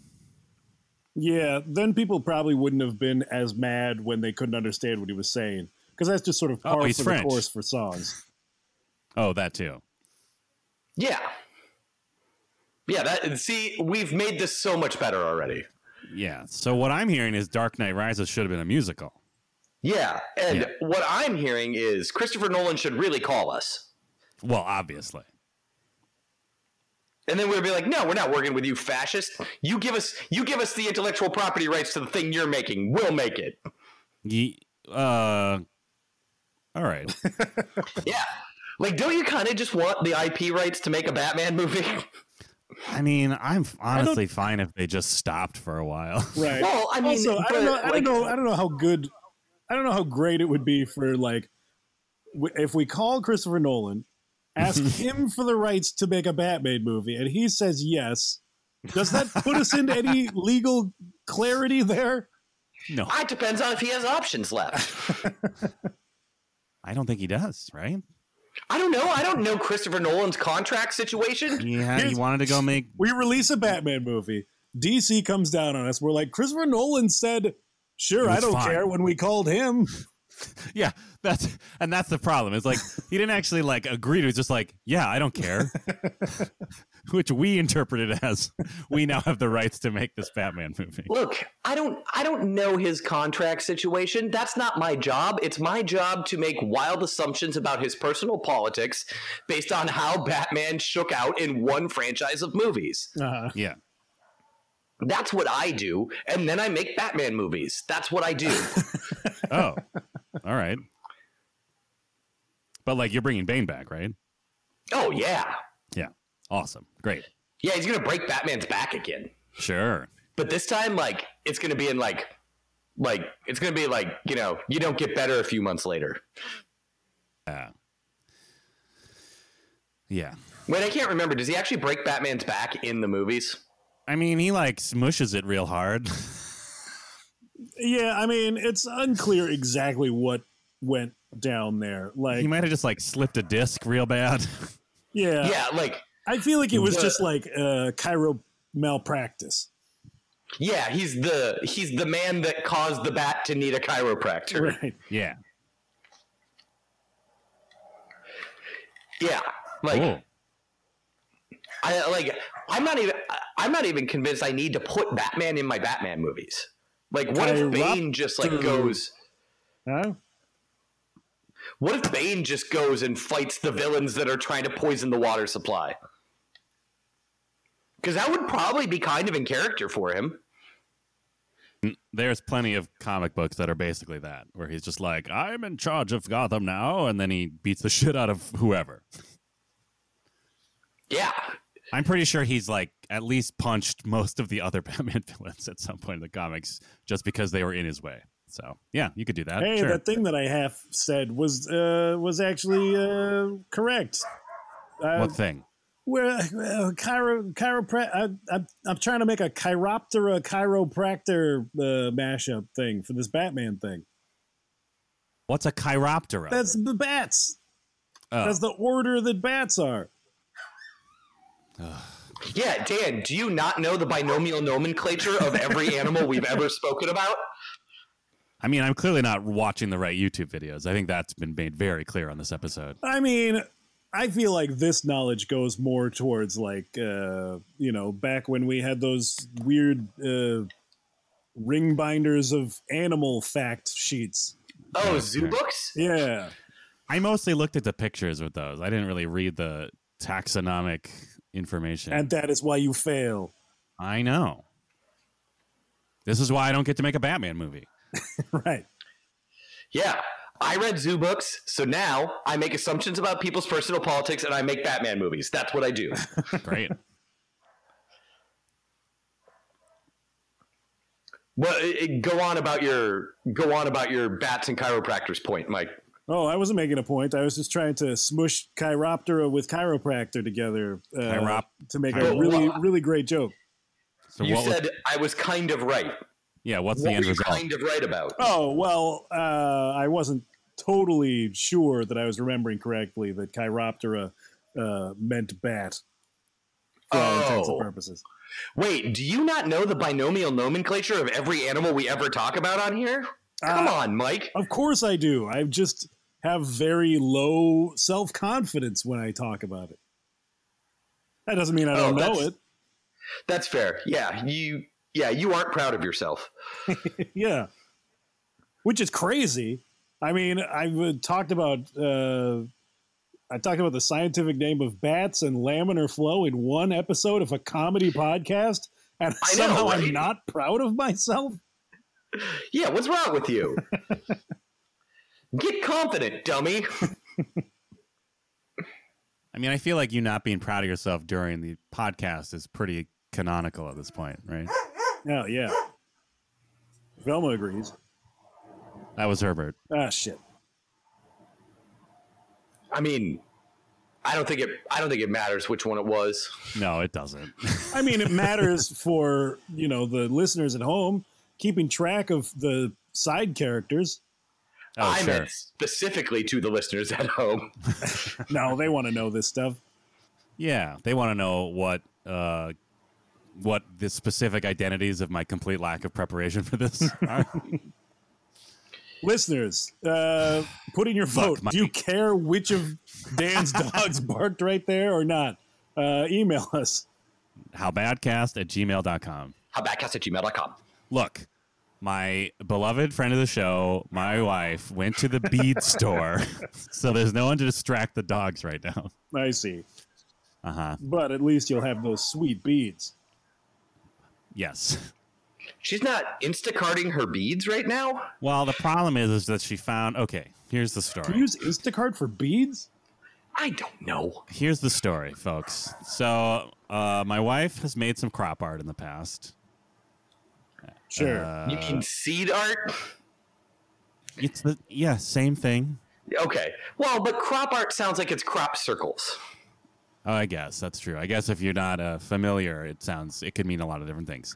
B: yeah. Then people probably wouldn't have been as mad when they couldn't understand what he was saying because that's just sort of
E: Oh,
B: par
E: he's
B: for
E: French.
B: the course for songs.
E: Oh, that too.
C: Yeah. Yeah, that see, we've made this so much better already.
E: Yeah. So what I'm hearing is Dark Knight Rises should have been a musical.
C: Yeah, and
E: Yeah.
C: what I'm hearing is Christopher Nolan should really call us.
E: Well, obviously.
C: And then we'd be like, "No, we're not working with you, fascist. You give us, you give us the intellectual property rights to the thing you're making. We'll make it."
E: Ye- uh, all right.
C: Yeah, like, don't you kind of just want the IP rights to make a Batman movie?
E: I mean, I'm honestly fine if they just stopped for a while.
B: Right.
C: Well, I mean,
B: also, I don't know.
C: but,
B: I don't
C: like-
B: know. I don't know how good. I don't know how great it would be for like w- if we call Christopher Nolan, ask him for the rights to make a Batman movie, and he says yes. Does that put us into any legal clarity there?
E: No,
C: Ah, it depends on if he has options left.
E: I don't think he does. Right?
C: I don't know. I don't know Christopher Nolan's contract situation.
E: He, had, he
B: Here's-
E: wanted to go make
B: We release a Batman movie. DC comes down on us. We're like Christopher Nolan said, "Sure, I
E: was
B: don't
E: fine."
B: care." When we called him,
E: Yeah, that's and that's the problem. It's like he didn't actually like agree to. It's just like, yeah, I don't care. Which we interpreted as we now have the rights to make this Batman movie.
C: Look, I don't I don't know his contract situation. That's not my job. It's my job to make wild assumptions about his personal politics based on how Batman shook out in one franchise of movies.
B: uh,
E: Yeah,
C: That's what I do, and then I make Batman movies. That's what I do.
E: Oh, all right. But like, you're bringing Bane back, right?
C: oh yeah.
E: Awesome, great,
C: Yeah, he's going to break Batman's back again.
E: sure.
C: But this time like it's going to be in like like it's going to be like, you know, you don't get better a few months later.
E: Yeah, yeah.
C: Wait, I can't remember. Does he actually break Batman's back in the movies?
E: I mean, he like smushes it real hard.
B: yeah. I mean, it's unclear exactly what went down there. Like,
E: he might have just like slipped a disc real bad.
C: yeah, like
B: I feel like it was
C: The-
B: just like uh, Cairo malpractice.
C: Yeah, he's the he's the man that caused the bat to need a chiropractor.
B: Right.
E: yeah,
C: Yeah, like
A: Hmm.
E: cool.
C: I like I'm not even I- I'm not even convinced I need to put Batman in my Batman movies. Like, what if Bane just like
B: Chiropter.
C: goes?
B: Huh?
C: What if Bane just goes and fights the villains that are trying to poison the water supply? Because that would probably be kind of in character for him.
E: there's plenty of comic books that are basically that, where he's just like, I'm in charge of Gotham now, and then he beats the shit out of whoever.
C: Yeah,
E: I'm pretty sure he's like at least punched most of the other Batman villains at some point in the comics just because they were in his way. So yeah, you could do that.
B: Hey,
E: sure.
B: that thing that I half said was uh, was actually uh, correct. Uh,
E: what thing?
B: where uh, chiro chiropra- I, I'm I'm trying to make a chiroptera chiropractor uh, mashup thing for this Batman thing.
E: What's a chiroptera?
B: That's the bats.
E: Oh.
B: That's the order that bats are.
C: Yeah, Dan, do you not know the binomial nomenclature of every animal we've ever spoken about?
A: I mean, I'm clearly not watching the right YouTube videos. I think that's been made very clear on this episode.
B: I mean, I feel like this knowledge goes more towards like uh, you know back when we had those weird uh, ring binders of animal fact sheets.
C: Oh, zoo books?
B: Yeah,
A: I mostly looked at the pictures with those. I didn't really read the taxonomic information.
B: and that is why you fail.
A: I know. This is why I don't get to make a Batman movie.
B: Right.
C: Yeah. I read zoo books, so now I make assumptions about people's personal politics and I make Batman movies. That's what I do.
A: Great.
C: Well, it- it- go on about your go on about your bats and chiropractors point, Mike.
B: Oh, I wasn't making a point. I was just trying to smush chiroptera with chiropractor together uh,
A: Chirop-
B: to make a
A: chiro-
B: really, really great joke.
A: So
C: you
A: what was,
C: said I was kind of right.
A: yeah, what's the
C: What
A: end
C: were you
A: result?
C: kind of right about?
B: Oh, well, uh, I wasn't totally sure that I was remembering correctly that chiroptera uh, meant bat for all intents and
C: Oh.
B: purposes.
C: Wait, do you not know the binomial nomenclature of every animal we ever talk about on here? Come
B: Uh,
C: on, Mike.
B: Of course I do. I just have very low self confidence when I talk about it. That doesn't mean I
C: Oh,
B: don't know
C: that's-
B: it.
C: That's fair. Yeah, you yeah, you aren't proud of yourself.
B: yeah which is crazy i mean i've uh, talked about uh i talked about the scientific name of bats and laminar flow in one episode of a comedy podcast and
C: I know,
B: somehow
C: right?
B: i'm not proud of myself
C: Yeah, what's wrong with you? Get confident, dummy.
A: I mean, I feel like you not being proud of yourself during the podcast is pretty canonical at this point, right?
B: oh yeah velma agrees
A: That was Herbert.
B: ah shit
C: I mean, I don't think it I don't think it matters which one it was.
A: No, it doesn't.
B: i mean it matters for you know the listeners at home keeping track of the side characters
A: Oh,
C: I
A: sure.
C: meant specifically to the listeners at home.
B: no they want to know this stuff
A: Yeah, they want to know what uh, what the specific identities of my complete lack of preparation for this are.
B: listeners, uh, put in your vote.
A: Mike.
B: Do you care which of Dan's dogs barked right there or not? Uh, email us.
A: howbadcast at gmail.com.
C: Howbadcast at gmail.com.
A: Look, my beloved friend of the show, my wife, went to the bead store, so there's no one to distract the dogs right now.
B: I see.
A: Uh huh.
B: But at least you'll have those sweet beads.
A: Yes.
C: She's not Instacarting her beads right now?
A: Well, the problem is, is that she found. Okay, here's the
B: Do
A: story.
B: you use Instacart for beads?
C: I don't know.
A: here's the story, folks. So, uh, my wife has made some crop art in the past.
B: Sure.
A: Uh,
C: you mean seed art?
A: it's the yeah, same thing.
C: Okay. Well, but crop art sounds like it's crop circles.
A: Oh, I guess that's true. I guess if you're not uh, familiar, it sounds it could mean a lot of different things.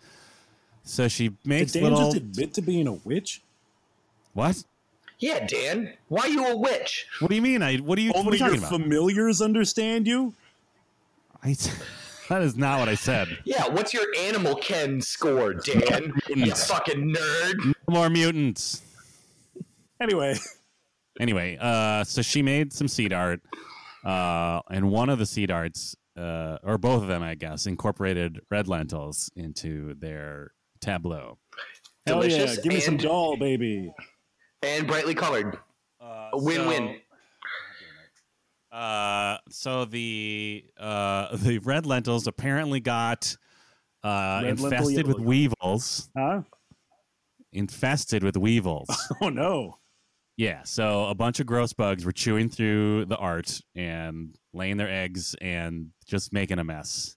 A: So she
B: Did
A: makes
B: Dan
A: little
B: just admit to being a witch?
A: what?
C: Yeah, Dan. Why you a witch?
A: What do you mean? I what do you what are
B: Only
A: you
B: your
A: talking about?
B: familiars understand you?
A: I s- that is not what I said.
C: Yeah, what's your animal ken score, Dan? you fucking nerd.
A: More mutants.
B: Anyway,
A: Anyway, uh, so she made some seed art, uh, and one of the seed arts, uh, or both of them, I guess, incorporated red lentils into their tableau.
B: hell Oh, yeah.
C: Delicious
B: Give me some
C: and-
B: doll, baby.
C: And brightly colored. A win-win.
A: Uh, so the uh, the red lentils apparently got uh,
B: Red lentil,
A: infested with
B: yellow.
A: weevils.
B: Huh?
A: Infested with weevils.
B: Oh, no.
A: yeah. So a bunch of gross bugs were chewing through the art and laying their eggs and just making a mess.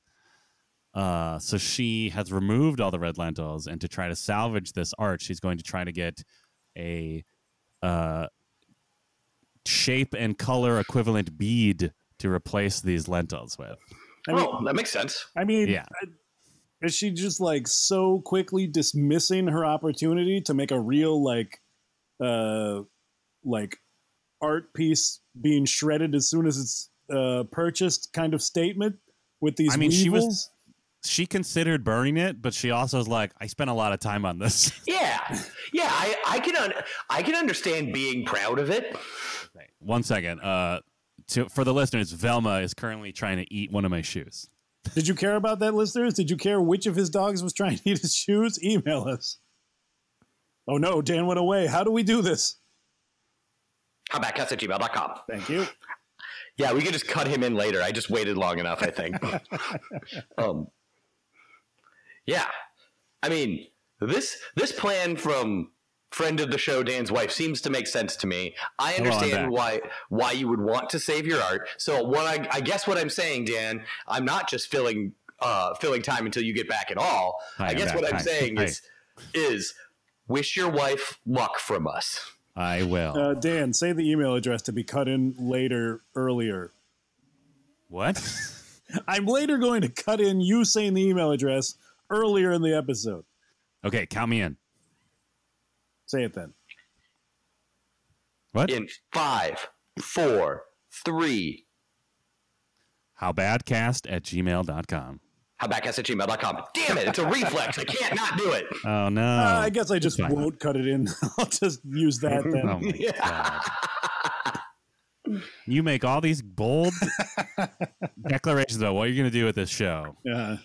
A: Uh, so she has removed all the red lentils, and to try to salvage this art, she's going to try to get a uh, shape and color equivalent bead to replace these lentils with.
B: I mean-
C: oh, that makes sense.
B: I mean,
A: Yeah.
B: I- is she just like so quickly dismissing her opportunity to make a real like, uh, like art piece being shredded as soon as it's uh, purchased kind of statement with these
A: I mean, she was-
B: weevils?
E: she considered burning it, but she also is like, I spent a lot of time on this.
C: Yeah, yeah. I, I can un- I can understand being proud of it.
E: Right. One second. Uh, to, for the listeners, Velma is currently trying to eat one of my shoes.
B: Did you care about that, listeners? Did you care which of his dogs was trying to eat his shoes? Email us. Oh no, Dan went away. How do we do this?
C: Hotbackcast at gmail.com.
B: Thank you.
C: Yeah, we can just cut him in later. I just waited long enough, I think. um, yeah, I mean this this plan from friend of the show Dan's wife seems to make sense to me. I
E: Hello, I'm
C: understand
E: back.
C: why why you would want to save your art. So what I, I guess what I'm saying, Dan, I'm not just filling uh, filling time until you get back at all.
E: Hi,
C: I
E: I'm
C: guess
E: back.
C: what I'm
E: Hi.
C: saying
E: Hi.
C: is is wish your wife luck from us.
E: I will.
B: Uh, Dan, say the email address to be cut in later earlier.
E: what?
B: I'm later going to cut in you saying the email address earlier in the episode.
E: okay, count me in.
B: Say it then.
E: What?
C: in five, four, three.
E: Howbadcast at gmail.com.
C: Howbackcast at gmail.com. Damn it, it's a reflex. I can't not do it.
E: Oh, no.
B: Uh, I guess I just
E: fine.
B: won't cut it in. I'll just use that then.
E: Oh, my God. You make all these bold declarations about what you're going to do with this show.
B: Yeah.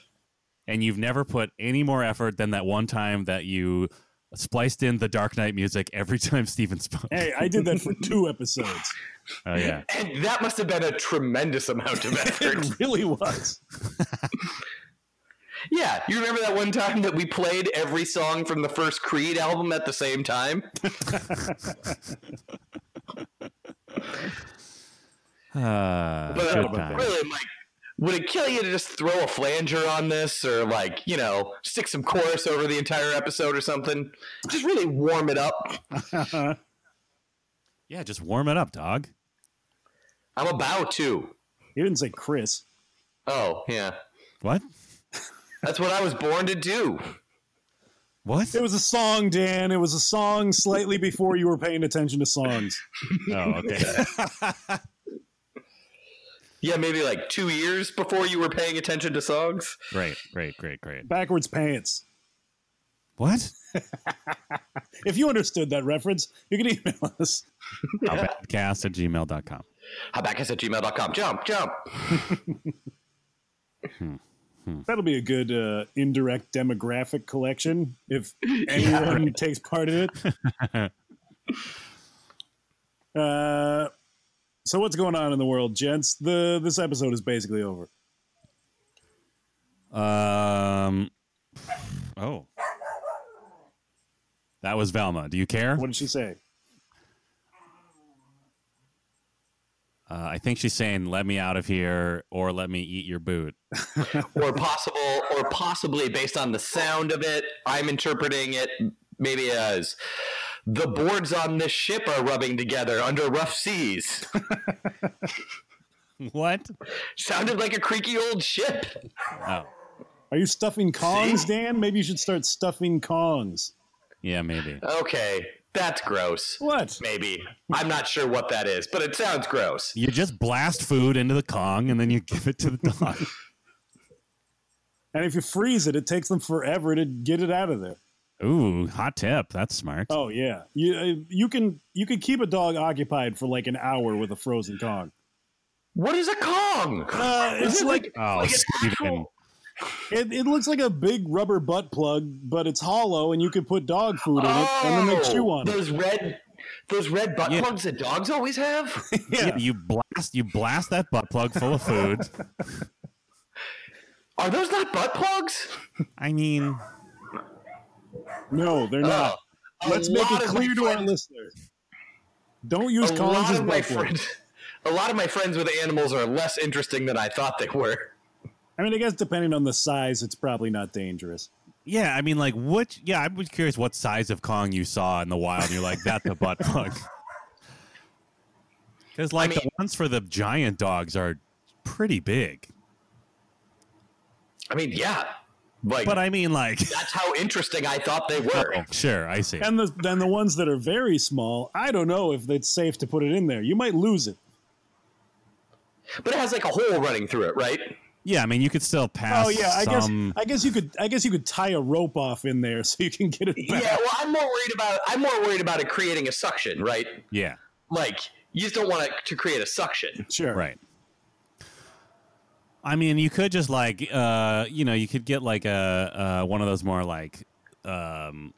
E: and you've never put any more effort than that one time that you spliced in the Dark Knight music every time Steven spoke.
B: hey, I did that for two episodes.
E: Oh yeah,
C: And that must have been a tremendous amount of effort.
B: It really was.
C: yeah, you remember that one time that we played every song from the first Creed album at the same time?
E: uh,
C: But
E: good
C: uh,
E: time.
C: really, Mike, would it kill you to just throw a flanger on this or, like, you know, stick some chorus over the entire episode or something? Just really warm it up.
E: yeah. Just warm it up, dog.
C: I'm about to.
B: You didn't say Chris.
C: Oh, yeah.
E: What?
C: That's what I was born to do.
E: What?
B: It was a song, Dan. It was a song slightly before you were paying attention to songs.
E: Oh, okay.
C: Yeah, maybe like two years before you were paying attention to songs.
E: great, great, great, great.
B: Backwards pants.
E: What?
B: If you understood that reference, you can email us.
E: Howbadcast at gmail.com.
C: Habakkuk at gmail.com. Jump, jump.
B: That'll be a good uh, indirect demographic collection if anyone takes part in it. uh, so what's going on in the world, gents? The this episode is basically over.
E: Um. Oh. That was Velma. Do you care?
B: What did she say?
E: Uh, I think she's saying, "Let me out of here," or "Let me eat your boot."
C: Or possible, or possibly based on the sound of it, I'm interpreting it maybe as the boards on this ship are rubbing together under rough seas.
E: what?
C: Sounded like a creaky old ship.
E: Oh,
B: Are you stuffing Kongs,
C: See?
B: Dan? Maybe you should start stuffing Kongs.
E: yeah, maybe.
C: Okay, that's gross.
B: What?
C: Maybe. I'm not sure what that is, but it sounds gross.
E: You just blast food into the Kong and then you give it to the dog.
B: And if you freeze it, it takes them forever to get it out of there.
E: Ooh, hot tip. That's smart.
B: Oh yeah, you uh, you can you can keep a dog occupied for like an hour with a frozen Kong.
C: What is a Kong?
B: Uh, it's
C: it
B: like
E: Oh,
C: Like an
E: Steven.
C: apple.
B: It, it looks like a big rubber butt plug, but it's hollow, and you can put dog food in it, and then they chew on it.
C: Oh, those red those red butt
E: Yeah.
C: plugs that dogs always have?
E: Yeah, you blast you blast that butt plug full of food.
C: Are those not butt plugs?
E: I mean,
B: No, they're not.
C: Oh, a
B: Uh, Let's make
C: lot
B: it
C: of
B: clear
C: my
B: to our
C: friends-
B: listeners: don't use
C: a
B: Kongs
C: lot
B: as
C: of my
B: butt plug.
C: friends, a lot of my friends with animals are less interesting than I thought they were.
B: I mean, I guess depending on the size, it's probably not dangerous.
E: yeah, I mean, like what? Yeah, I was curious what size of Kong you saw in the wild. And you're like, that's a butt plug. Because like the
C: mean-
E: ones for the giant dogs are pretty big,
C: I mean, yeah, like
E: but I mean, like,
C: that's how interesting I thought they were.
E: oh, sure, I see.
B: And the, then the ones that are very small, I don't know if it's safe to put it in there. You might lose it.
C: But it has like a hole running through it, right?
E: Yeah, I mean, you could still pass.
B: oh yeah, I guess
E: some-
B: I guess you could I guess you could tie a rope off in there so you can get it back.
C: Yeah, well, I'm more worried about I'm more worried about it creating a suction, right?
E: yeah,
C: Like you just don't want it to create a suction.
B: Sure.
E: right. I mean, you could just like, uh, you know, you could get like a uh, one of those more like um,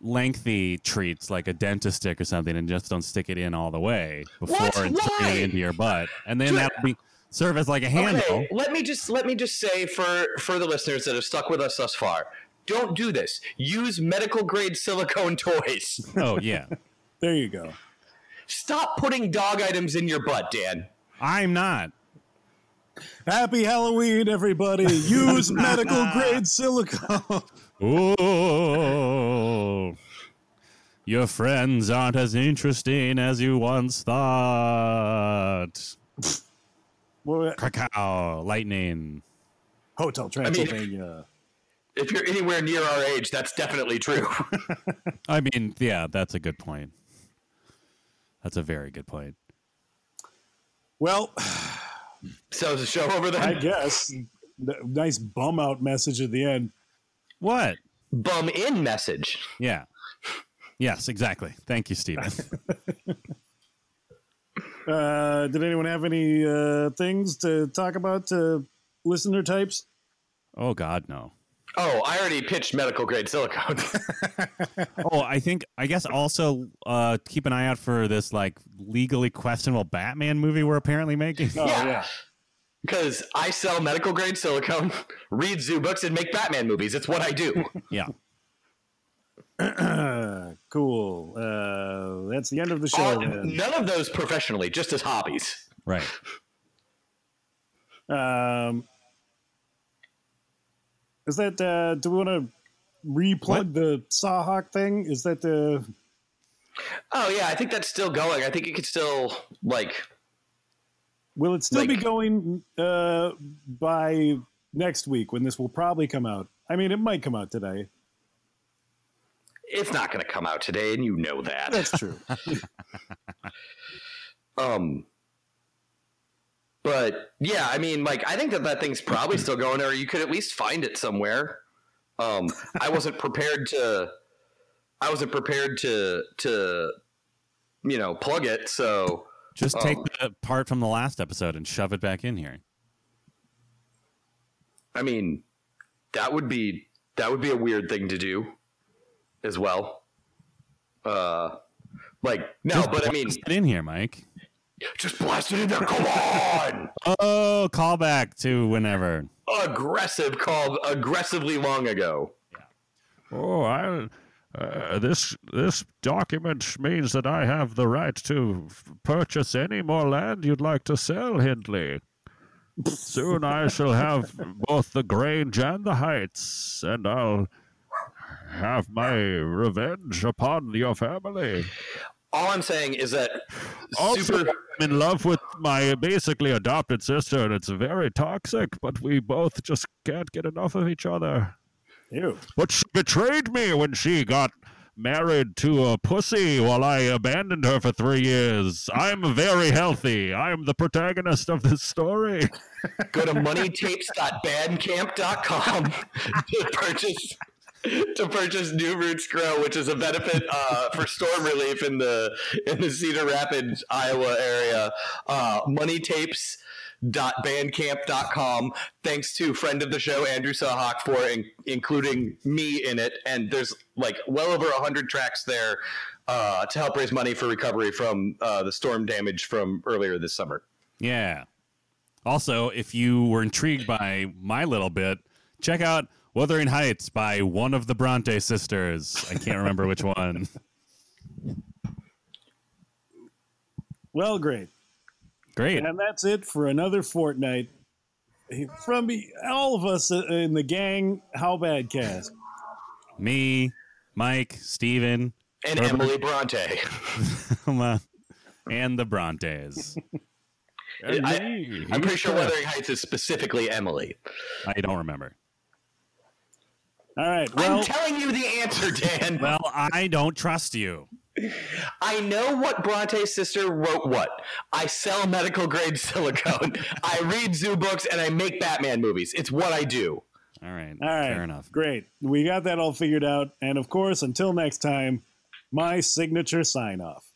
E: lengthy treats, like a dentist stick or something, and just don't stick it in all the way before
C: What?
E: sticking
C: Why?
E: it into your butt, and then
C: Dude.
E: that would be serve as like
B: Oh,
E: a handle.
C: Okay, let me just let me just say for for the listeners that have stuck with us thus far, don't do this. Use medical grade silicone toys.
E: Oh yeah,
B: There you go.
C: Stop putting dog items in your butt, Dan.
E: I'm not.
B: Happy Halloween, everybody. Use medical grade silicone.
E: Oh, your friends aren't as interesting as you once thought.
B: Well, uh,
E: Krakow, lightning.
B: Hotel Transylvania.
C: If you're anywhere near our age, that's definitely true.
E: I mean, yeah, that's a good point. That's a very good point.
B: well,
C: so is the show over
B: I
C: then?
B: guess N- nice bum out message at the end.
E: What?
C: Bum in message.
E: Yeah. Yes, exactly. Thank you, Steven.
B: Uh, did anyone have any uh, things to talk about to listener types?
E: oh God, no.
C: Oh, I already pitched medical grade silicone.
E: Oh, I think I guess also uh, keep an eye out for this like legally questionable Batman movie we're apparently making.
B: Oh
C: Yeah.
B: yeah.
C: Because I sell medical grade silicone, read zoo books, and make Batman movies. It's what I do.
E: Yeah.
B: Oh, cool. Uh, that's the end of the show.
C: All-
B: then.
C: none of those professionally, just as hobbies.
E: Right.
B: Um, is that? Uh, do we want to replug the Sawhawk thing? Is that the?
C: Oh yeah, I think that's still going. I think it could still like
B: Will it still be
C: Like-
B: going uh, by next week when this will probably come out? I mean, it might come out today.
C: it's not going to come out today, and you know that.
B: That's true.
C: Um, but yeah, I mean, like I think that that thing's probably still going, or you could at least find it somewhere. Um, I wasn't prepared to. I wasn't prepared to to, you know, plug it. So
E: Just take
C: Oh.
E: the part from the last episode and shove it back in here.
C: I mean, that would be that would be a weird thing to do as well. Uh like no,
E: Just
C: but I mean
E: blast it in here, Mike.
C: just blast it in there. Come on.
E: Oh, callback to whenever.
C: Aggressive call aggressively long ago.
F: Oh, I. Uh, this this document means that I have the right to f- purchase any more land you'd like to sell, Hindley. Soon I shall have both the Grange and the Heights, and I'll have my revenge upon your family.
C: All I'm saying is that
F: Also,
C: super
F: I'm in love with my basically adopted sister, and it's very toxic, but we both just can't get enough of each other.
B: Ew.
F: But she betrayed me when she got married to a pussy while I abandoned her for three years. I'm very healthy. I'm the protagonist of this story.
C: go to moneytapes.bandcamp.com to purchase to purchase New Roots Grow, which is a benefit uh, for storm relief in the in the Cedar Rapids, Iowa area. Uh, moneytapes.bandcamp.com. Thanks to friend of the show Andrew Sahak for in- including me in it, and there's like well over hundred tracks there uh, to help raise money for recovery from uh, the storm damage from earlier this summer.
E: Yeah. Also, if you were intrigued by my little bit, check out Wuthering Heights by one of the Bronte sisters. I can't remember which one.
B: Well, great.
E: Great.
B: And that's it for another fortnight from all of us in the gang. How bad cast?
E: Me, Mike, Steven,
C: And Emily Bronte.
E: Thelma, and the Brontes.
C: I- I'm pretty sure Wuthering Heights is specifically Emily.
E: I don't remember.
B: All right. Well,
C: I'm telling you the answer, Dan.
E: Well, I don't trust you.
C: I know what Bronte's sister wrote what. I sell medical grade silicone. I read zoo books and I make Batman movies. It's what I do.
E: All right.
B: All right.
E: Fair enough.
B: Great. We got that all figured out. And of course, until next time, my signature sign off.